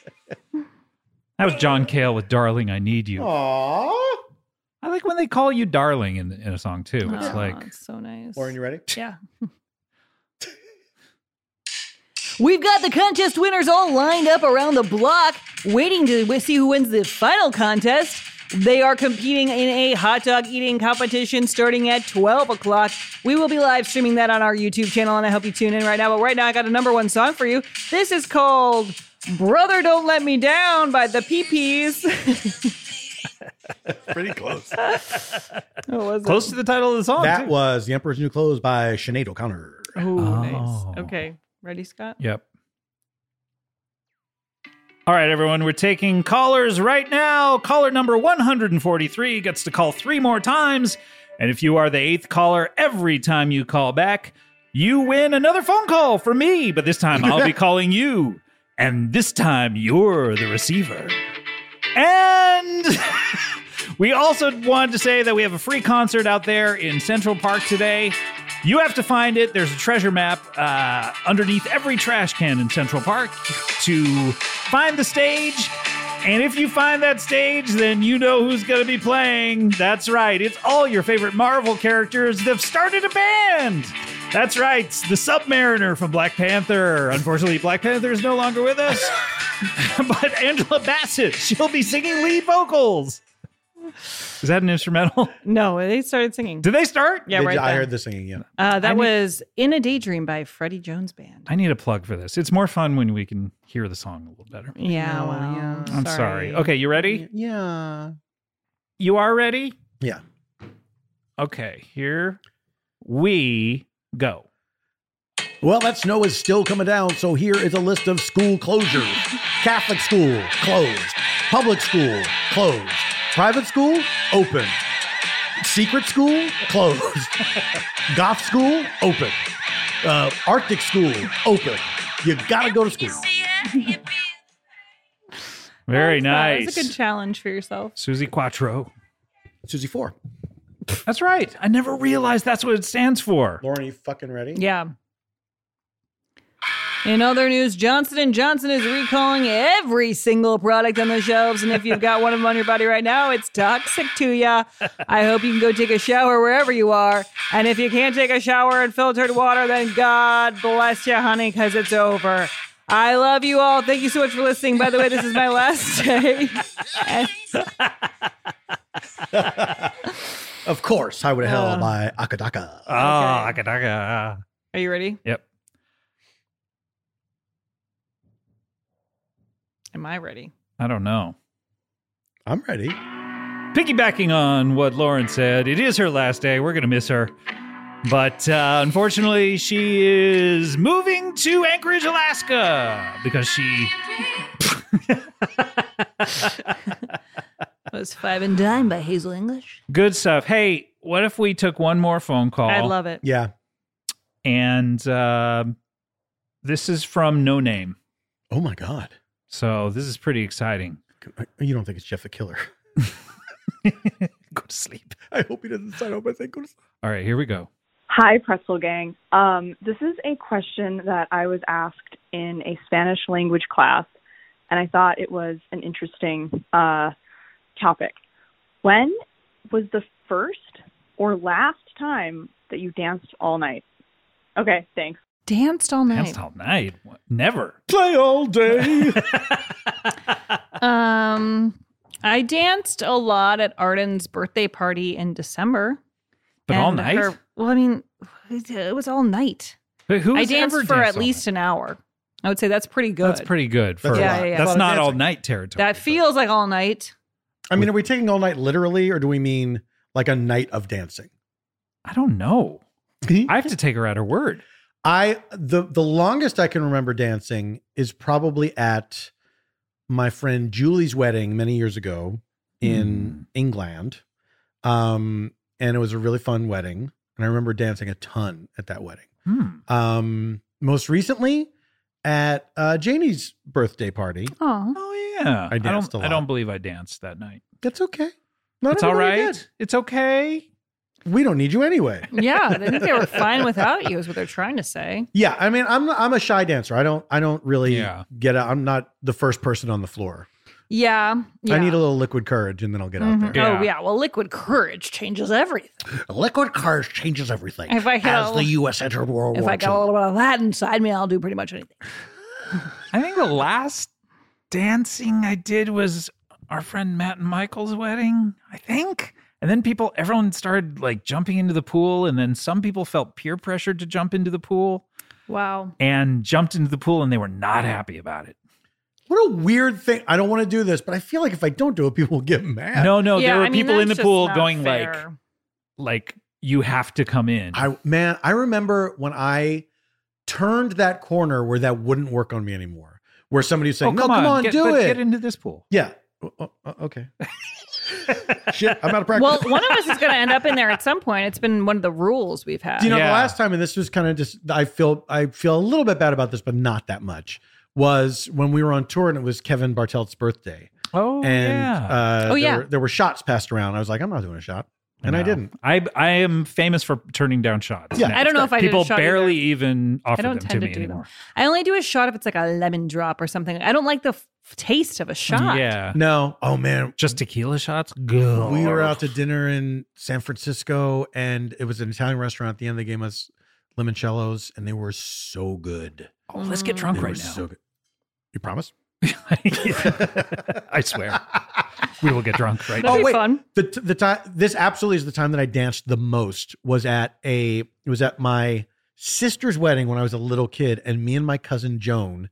[SPEAKER 4] was John Cale with "Darling, I Need You."
[SPEAKER 2] Aww.
[SPEAKER 4] I like when they call you "darling" in, in a song too. It's
[SPEAKER 1] Aw,
[SPEAKER 4] like
[SPEAKER 1] it's so nice.
[SPEAKER 2] Lauren, you ready?
[SPEAKER 1] Yeah. We've got the contest winners all lined up around the block, waiting to wi- see who wins the final contest. They are competing in a hot dog eating competition starting at 12 o'clock. We will be live streaming that on our YouTube channel, and I hope you tune in right now. But right now, I got a number one song for you. This is called Brother Don't Let Me Down by the PPs.
[SPEAKER 2] pretty close.
[SPEAKER 4] close to the title of the song.
[SPEAKER 2] That
[SPEAKER 4] too.
[SPEAKER 2] was The Emperor's New Clothes by Sinead O'Connor.
[SPEAKER 1] Oh,
[SPEAKER 4] Oh.
[SPEAKER 1] nice. Okay. Ready, Scott?
[SPEAKER 4] Yep. All right, everyone, we're taking callers right now. Caller number 143 gets to call three more times. And if you are the eighth caller every time you call back, you win another phone call for me. But this time I'll be calling you. And this time you're the receiver. And we also wanted to say that we have a free concert out there in Central Park today. You have to find it. There's a treasure map uh, underneath every trash can in Central Park to find the stage. And if you find that stage, then you know who's going to be playing. That's right. It's all your favorite Marvel characters. They've started a band. That's right. The Submariner from Black Panther. Unfortunately, Black Panther is no longer with us. but Angela Bassett, she'll be singing lead vocals. Is that an instrumental?
[SPEAKER 1] No, they started singing.
[SPEAKER 4] Did they start?
[SPEAKER 1] Yeah,
[SPEAKER 2] Did-
[SPEAKER 1] right.
[SPEAKER 2] I
[SPEAKER 1] there.
[SPEAKER 2] heard the singing, yeah.
[SPEAKER 1] Uh, that
[SPEAKER 4] I need-
[SPEAKER 1] was In a Daydream by Freddie Jones Band.
[SPEAKER 4] I need a plug for this. It's more fun when we can hear the song a little better.
[SPEAKER 1] Yeah,
[SPEAKER 2] Oh,
[SPEAKER 1] well,
[SPEAKER 2] yeah.
[SPEAKER 4] I'm sorry. Okay, you ready?
[SPEAKER 2] Yeah.
[SPEAKER 4] You are ready?
[SPEAKER 2] Yeah.
[SPEAKER 4] Okay, here we go.
[SPEAKER 2] Well, that snow is still coming down, so here is a list of school closures Catholic school closed, public school closed, Private school, open. Secret school, closed. Goth school, open. Uh, Arctic school, open. You gotta go to school.
[SPEAKER 4] Very
[SPEAKER 1] Wow,
[SPEAKER 4] nice.
[SPEAKER 1] That's a good challenge for yourself.
[SPEAKER 4] Susie Quattro.
[SPEAKER 2] Susie Four.
[SPEAKER 4] That's right. I never realized that's what it stands for.
[SPEAKER 2] Lauren, you fucking ready?
[SPEAKER 1] Yeah. In other news, Johnson and Johnson is recalling every single product on the shelves, and if you've got one of them on your body right now, it's toxic to ya. I hope you can go take a shower wherever you are, and if you can't take a shower in filtered water, then God bless you, honey, because it's over. I love you all. Thank you so much for listening. By the way, this is my last day.
[SPEAKER 2] Of course, Highway to Hell
[SPEAKER 1] Uh.
[SPEAKER 2] by Akadaka.
[SPEAKER 4] Ah, akadaka.
[SPEAKER 1] Are you ready?
[SPEAKER 4] Yep.
[SPEAKER 1] Am I ready?
[SPEAKER 4] I don't know.
[SPEAKER 2] I'm ready.
[SPEAKER 4] Piggybacking on what Lauren said, it is her last day. We're going to miss her. But uh, unfortunately, she is moving to Anchorage, Alaska because she.
[SPEAKER 1] It was Five and Dime by Hazel English.
[SPEAKER 4] Good stuff. Hey, what if we took one more phone call?
[SPEAKER 1] I love it.
[SPEAKER 2] Yeah.
[SPEAKER 4] And uh, this is from No Name.
[SPEAKER 2] Oh my God.
[SPEAKER 4] So this is pretty exciting.
[SPEAKER 2] You don't think it's Jeff the Killer?
[SPEAKER 4] Go to sleep.
[SPEAKER 2] I hope he doesn't sign up. I think go to sleep.
[SPEAKER 4] All right, here we go.
[SPEAKER 12] Hi, Pretzel Gang. Um, this is a question that I was asked in a Spanish language class, and I thought it was an interesting uh, topic. When was the first or last time that you danced all night? Okay, thanks.
[SPEAKER 1] Danced all night.
[SPEAKER 4] Danced all night. What? Never.
[SPEAKER 2] Play all day.
[SPEAKER 1] Um, I danced a lot at Arden's birthday party in December.
[SPEAKER 4] But all
[SPEAKER 1] And
[SPEAKER 4] night?
[SPEAKER 1] her- well, I mean, it was all night.
[SPEAKER 4] But who
[SPEAKER 1] I
[SPEAKER 4] has
[SPEAKER 1] danced
[SPEAKER 4] ever
[SPEAKER 1] for
[SPEAKER 4] danced
[SPEAKER 1] at
[SPEAKER 4] all
[SPEAKER 1] least an hour. I would say that's pretty good.
[SPEAKER 4] That's pretty good for
[SPEAKER 1] That's a
[SPEAKER 4] yeah,
[SPEAKER 1] lot. Yeah, yeah.
[SPEAKER 4] That's
[SPEAKER 1] That's a lot
[SPEAKER 4] not
[SPEAKER 1] of
[SPEAKER 4] all
[SPEAKER 1] dancing.
[SPEAKER 4] night territory.
[SPEAKER 1] That feels like all night.
[SPEAKER 2] I mean, are we taking all night literally, or do we mean like a night of dancing?
[SPEAKER 4] I don't know.
[SPEAKER 2] I
[SPEAKER 4] have to take her at her word.
[SPEAKER 2] I the the longest I can remember dancing is probably at my friend Julie's wedding many years ago in
[SPEAKER 4] Hmm.
[SPEAKER 2] England. Um, and it was a really fun wedding, and I remember dancing a ton at that wedding.
[SPEAKER 4] Hmm.
[SPEAKER 2] Um, most recently at uh, Janie's birthday party.
[SPEAKER 1] Oh.
[SPEAKER 4] Yeah.
[SPEAKER 2] I danced
[SPEAKER 4] don't,
[SPEAKER 2] a lot.
[SPEAKER 4] I don't believe I danced that night.
[SPEAKER 2] That's okay. Not
[SPEAKER 4] it's all
[SPEAKER 2] everybody
[SPEAKER 4] right.
[SPEAKER 2] did.
[SPEAKER 4] It's okay.
[SPEAKER 2] We don't need you anyway.
[SPEAKER 1] Yeah, I think they were fine without you. Is what they're trying to say.
[SPEAKER 2] Yeah, I mean, I'm I'm a shy dancer. I don't I don't really
[SPEAKER 4] Yeah.
[SPEAKER 2] get out. I'm not the first person on the floor.
[SPEAKER 1] Yeah. yeah.
[SPEAKER 2] I need a little liquid courage, and then I'll get
[SPEAKER 1] Mhm.
[SPEAKER 2] out there.
[SPEAKER 1] Oh yeah. Well, liquid courage changes everything.
[SPEAKER 2] Liquid courage changes everything.
[SPEAKER 1] If I had
[SPEAKER 2] as
[SPEAKER 1] a-
[SPEAKER 2] the U.S. entered World
[SPEAKER 1] if
[SPEAKER 2] War
[SPEAKER 1] I got
[SPEAKER 2] II.
[SPEAKER 1] a little bit of that inside me, I'll do pretty much anything.
[SPEAKER 4] I think the last dancing I did was our friend Matt and Michael's wedding, I think. And then people, everyone started like jumping into the pool. And then some people felt peer pressured to jump into the pool
[SPEAKER 1] Wow.
[SPEAKER 4] and jumped into the pool and they were not happy about it.
[SPEAKER 2] What a weird thing! I don't want to do this, but I feel like if I don't do it, people will get mad.
[SPEAKER 4] No, no,
[SPEAKER 1] Yeah,
[SPEAKER 4] Oh, there were
[SPEAKER 1] I mean,
[SPEAKER 4] people in the
[SPEAKER 1] that's just
[SPEAKER 4] pool
[SPEAKER 1] not
[SPEAKER 4] going
[SPEAKER 1] fair.
[SPEAKER 4] like, like you have to come in.
[SPEAKER 2] I man, I remember when I turned that corner where that wouldn't work on me anymore. Where somebody was saying, "No, come on,
[SPEAKER 4] Oh, get,
[SPEAKER 2] do
[SPEAKER 4] let's
[SPEAKER 2] it."
[SPEAKER 4] Get into this pool.
[SPEAKER 2] yeah. Oh, oh, oh, okay. Shit, I'm out of practice.
[SPEAKER 1] Well, one of us is going to end up in there at some point. It's been one of the rules we've had.
[SPEAKER 2] Do you know the last time, and this was kind of just I feel I feel a little bit bad about this, but not that much. Was when we were on tour and it was Kevin Bartelt's birthday,
[SPEAKER 4] Oh,
[SPEAKER 2] and
[SPEAKER 4] yeah.
[SPEAKER 2] uh,
[SPEAKER 1] Oh,
[SPEAKER 2] there,
[SPEAKER 1] yeah.
[SPEAKER 2] were, there were shots passed around. I was like, I'm not doing a shot, and I
[SPEAKER 4] No.
[SPEAKER 2] didn't.
[SPEAKER 4] I I am famous for turning down shots.
[SPEAKER 2] Yeah.
[SPEAKER 4] now.
[SPEAKER 1] I don't know if I did a
[SPEAKER 4] people
[SPEAKER 1] shot
[SPEAKER 4] barely even offer
[SPEAKER 1] I don't
[SPEAKER 4] them
[SPEAKER 1] tend to,
[SPEAKER 4] to me
[SPEAKER 1] do
[SPEAKER 4] anymore.
[SPEAKER 1] them. I only do a shot if it's like a lemon drop or something. I don't like the f- taste of a shot.
[SPEAKER 4] Yeah,
[SPEAKER 2] No, oh man,
[SPEAKER 4] just tequila shots. Good.
[SPEAKER 2] we were out to dinner in San Francisco, and it was an Italian restaurant. At the end, they gave us limoncellos, and they were so good.
[SPEAKER 4] Oh, let's
[SPEAKER 1] Mm.
[SPEAKER 4] get
[SPEAKER 2] They
[SPEAKER 4] drunk
[SPEAKER 2] were
[SPEAKER 4] right now.
[SPEAKER 2] so good. You promise?
[SPEAKER 4] I swear, we will get drunk right
[SPEAKER 1] That'd
[SPEAKER 4] now.
[SPEAKER 1] be fun.
[SPEAKER 2] the t- the time this absolutely is the time that I danced the most was at a it was at my sister's wedding when I was a little kid, and me and my cousin Joan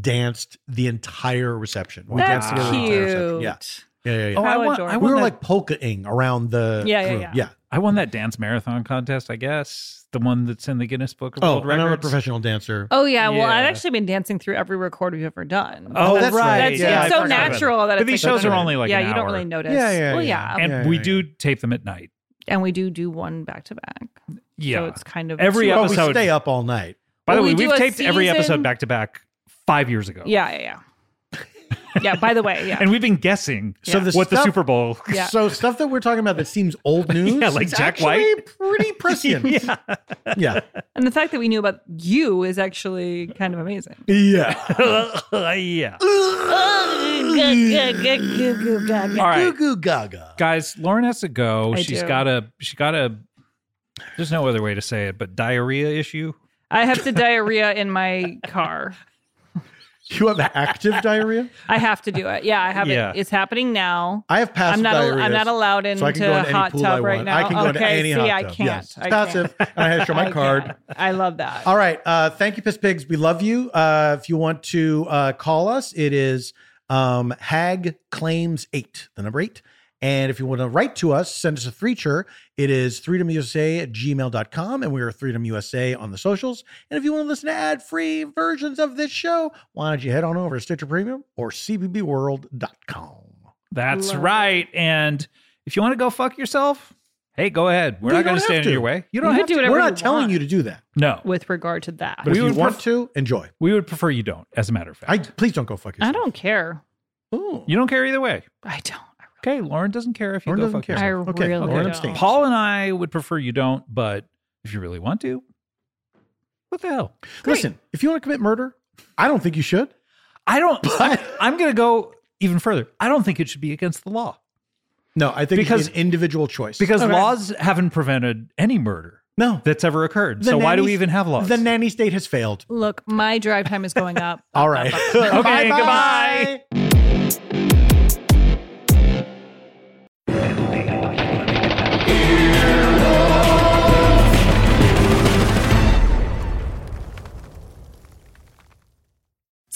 [SPEAKER 2] danced the entire reception. We
[SPEAKER 1] That's
[SPEAKER 2] danced together the entire reception.
[SPEAKER 1] cute.
[SPEAKER 2] Yeah, yeah, yeah. yeah.
[SPEAKER 4] Oh, I
[SPEAKER 1] How
[SPEAKER 4] want.
[SPEAKER 1] adorable.
[SPEAKER 4] I
[SPEAKER 2] we
[SPEAKER 4] want
[SPEAKER 2] were
[SPEAKER 4] that-
[SPEAKER 2] like polka-ing around the
[SPEAKER 1] Yeah, yeah,
[SPEAKER 2] room.
[SPEAKER 1] yeah.
[SPEAKER 4] I won that dance marathon contest, I guess. The one that's in the Guinness Book of
[SPEAKER 2] Oh,
[SPEAKER 4] World
[SPEAKER 2] and
[SPEAKER 4] Records.
[SPEAKER 2] I'm a professional dancer.
[SPEAKER 1] Oh yeah, well, I've
[SPEAKER 4] Yeah.
[SPEAKER 1] actually been dancing through every record we've ever done.
[SPEAKER 4] Oh, that's right.
[SPEAKER 1] That's,
[SPEAKER 4] Yeah, I
[SPEAKER 1] it's so
[SPEAKER 4] forgot about
[SPEAKER 1] natural
[SPEAKER 4] that.
[SPEAKER 1] that
[SPEAKER 4] But
[SPEAKER 1] it's
[SPEAKER 4] these
[SPEAKER 1] like-
[SPEAKER 4] shows are only like
[SPEAKER 1] yeah,
[SPEAKER 4] an
[SPEAKER 1] you don't
[SPEAKER 4] hour.
[SPEAKER 1] really notice.
[SPEAKER 4] Yeah,
[SPEAKER 2] yeah,
[SPEAKER 1] well,
[SPEAKER 2] yeah.
[SPEAKER 1] yeah,
[SPEAKER 4] and we do tape them at night.
[SPEAKER 1] and we do do one back to back.
[SPEAKER 4] Yeah.
[SPEAKER 1] so it's kind of
[SPEAKER 4] every
[SPEAKER 1] two-
[SPEAKER 2] But
[SPEAKER 4] episode.
[SPEAKER 2] we stay up all night.
[SPEAKER 4] By
[SPEAKER 1] Well,
[SPEAKER 4] the way,
[SPEAKER 1] we
[SPEAKER 4] we
[SPEAKER 1] do
[SPEAKER 4] have
[SPEAKER 1] a
[SPEAKER 4] taped every
[SPEAKER 1] season-
[SPEAKER 4] episode back to back five years ago.
[SPEAKER 1] Oh, Yeah, yeah, yeah. yeah. By the way, yeah.
[SPEAKER 4] And we've been guessing
[SPEAKER 2] So the
[SPEAKER 4] what the
[SPEAKER 2] stuff-
[SPEAKER 4] Super Bowl.
[SPEAKER 1] Yeah.
[SPEAKER 2] So stuff that we're talking about that seems old news.
[SPEAKER 4] Yeah, like
[SPEAKER 2] is
[SPEAKER 4] Jack
[SPEAKER 2] actually
[SPEAKER 4] White.
[SPEAKER 2] Pretty prescient.
[SPEAKER 4] yeah.
[SPEAKER 2] Yeah.
[SPEAKER 1] And the fact that we knew about you is actually kind of amazing.
[SPEAKER 2] Yeah.
[SPEAKER 4] yeah.
[SPEAKER 1] All
[SPEAKER 4] All right.
[SPEAKER 2] Goo goo gaga.
[SPEAKER 4] Guys, Lauren has to go.
[SPEAKER 1] I
[SPEAKER 4] She's
[SPEAKER 1] do.
[SPEAKER 4] got a she got a there's no other way to say it, but diarrhea issue.
[SPEAKER 1] I have to diarrhea in my car.
[SPEAKER 2] You have active diarrhea.
[SPEAKER 1] I have to do it. Yeah, I have
[SPEAKER 2] Yeah.
[SPEAKER 1] it. It's happening now.
[SPEAKER 2] I have passive
[SPEAKER 1] I'm not. al-
[SPEAKER 2] diarrhea.
[SPEAKER 1] I'm not allowed into
[SPEAKER 2] so I can go into any
[SPEAKER 1] hot
[SPEAKER 2] pool I
[SPEAKER 1] tub right
[SPEAKER 2] want.
[SPEAKER 1] now.
[SPEAKER 2] I can go
[SPEAKER 1] okay,
[SPEAKER 2] into any
[SPEAKER 1] see,
[SPEAKER 2] hot
[SPEAKER 1] I
[SPEAKER 2] tub.
[SPEAKER 1] can't.
[SPEAKER 2] Yes. It's
[SPEAKER 1] I
[SPEAKER 2] passive.
[SPEAKER 1] Can't.
[SPEAKER 2] And I had to show my
[SPEAKER 1] I
[SPEAKER 2] card.
[SPEAKER 1] can't. I love that.
[SPEAKER 2] All right. Uh, thank you, Piss Pigs. We love you. Uh, if you want to uh, call us, it is um, Hag Claims 8, the number 8. And if you want to write to us, send us a feature. It is freedomusa at gmail.com. And we are Freedom USA on the socials. And if you want to listen to ad free versions of this show, why don't you head on over to Stitcher Premium or cbbworld.com?
[SPEAKER 4] That's right. And if you want to go fuck yourself, hey, go ahead. We're
[SPEAKER 2] You
[SPEAKER 4] not
[SPEAKER 2] don't
[SPEAKER 4] going to
[SPEAKER 2] have
[SPEAKER 4] stand in
[SPEAKER 2] to.
[SPEAKER 4] your way.
[SPEAKER 2] You don't
[SPEAKER 1] You
[SPEAKER 2] have
[SPEAKER 1] can do
[SPEAKER 2] to.
[SPEAKER 1] whatever
[SPEAKER 2] We're
[SPEAKER 1] you
[SPEAKER 2] not telling
[SPEAKER 1] want.
[SPEAKER 2] you to do that.
[SPEAKER 4] No.
[SPEAKER 1] With regard to that,
[SPEAKER 2] But if
[SPEAKER 4] We
[SPEAKER 2] you
[SPEAKER 4] would
[SPEAKER 2] want
[SPEAKER 4] pref-
[SPEAKER 2] to, enjoy.
[SPEAKER 4] We would prefer you don't, as a matter of fact.
[SPEAKER 2] I please don't go fuck yourself.
[SPEAKER 1] I don't care.
[SPEAKER 4] you don't care either way.
[SPEAKER 1] I don't.
[SPEAKER 4] Okay, Lauren doesn't care if you
[SPEAKER 2] Lauren
[SPEAKER 4] go
[SPEAKER 2] doesn't
[SPEAKER 4] fuck
[SPEAKER 2] care.
[SPEAKER 1] I
[SPEAKER 4] yourself.
[SPEAKER 2] Okay,
[SPEAKER 1] really
[SPEAKER 2] Lauren
[SPEAKER 1] don't.
[SPEAKER 2] abstains.
[SPEAKER 4] Paul and I would prefer you don't, but if you really want to, what the hell?
[SPEAKER 2] Listen, if you want to commit murder, I don't think you should.
[SPEAKER 4] I don't. I, I'm going to go even further. I don't think it should be against the law
[SPEAKER 2] No, I think
[SPEAKER 4] Because-
[SPEAKER 2] it's an individual choice.
[SPEAKER 4] because
[SPEAKER 2] Okay.
[SPEAKER 4] laws haven't prevented any murder
[SPEAKER 2] No.
[SPEAKER 4] that's ever occurred. so
[SPEAKER 2] The
[SPEAKER 4] why do we
[SPEAKER 2] nanny-
[SPEAKER 4] even have laws?
[SPEAKER 2] The nanny state has failed.
[SPEAKER 1] Look, my drive time is going up.
[SPEAKER 2] All right.
[SPEAKER 4] okay,
[SPEAKER 2] Bye-bye.
[SPEAKER 4] goodbye.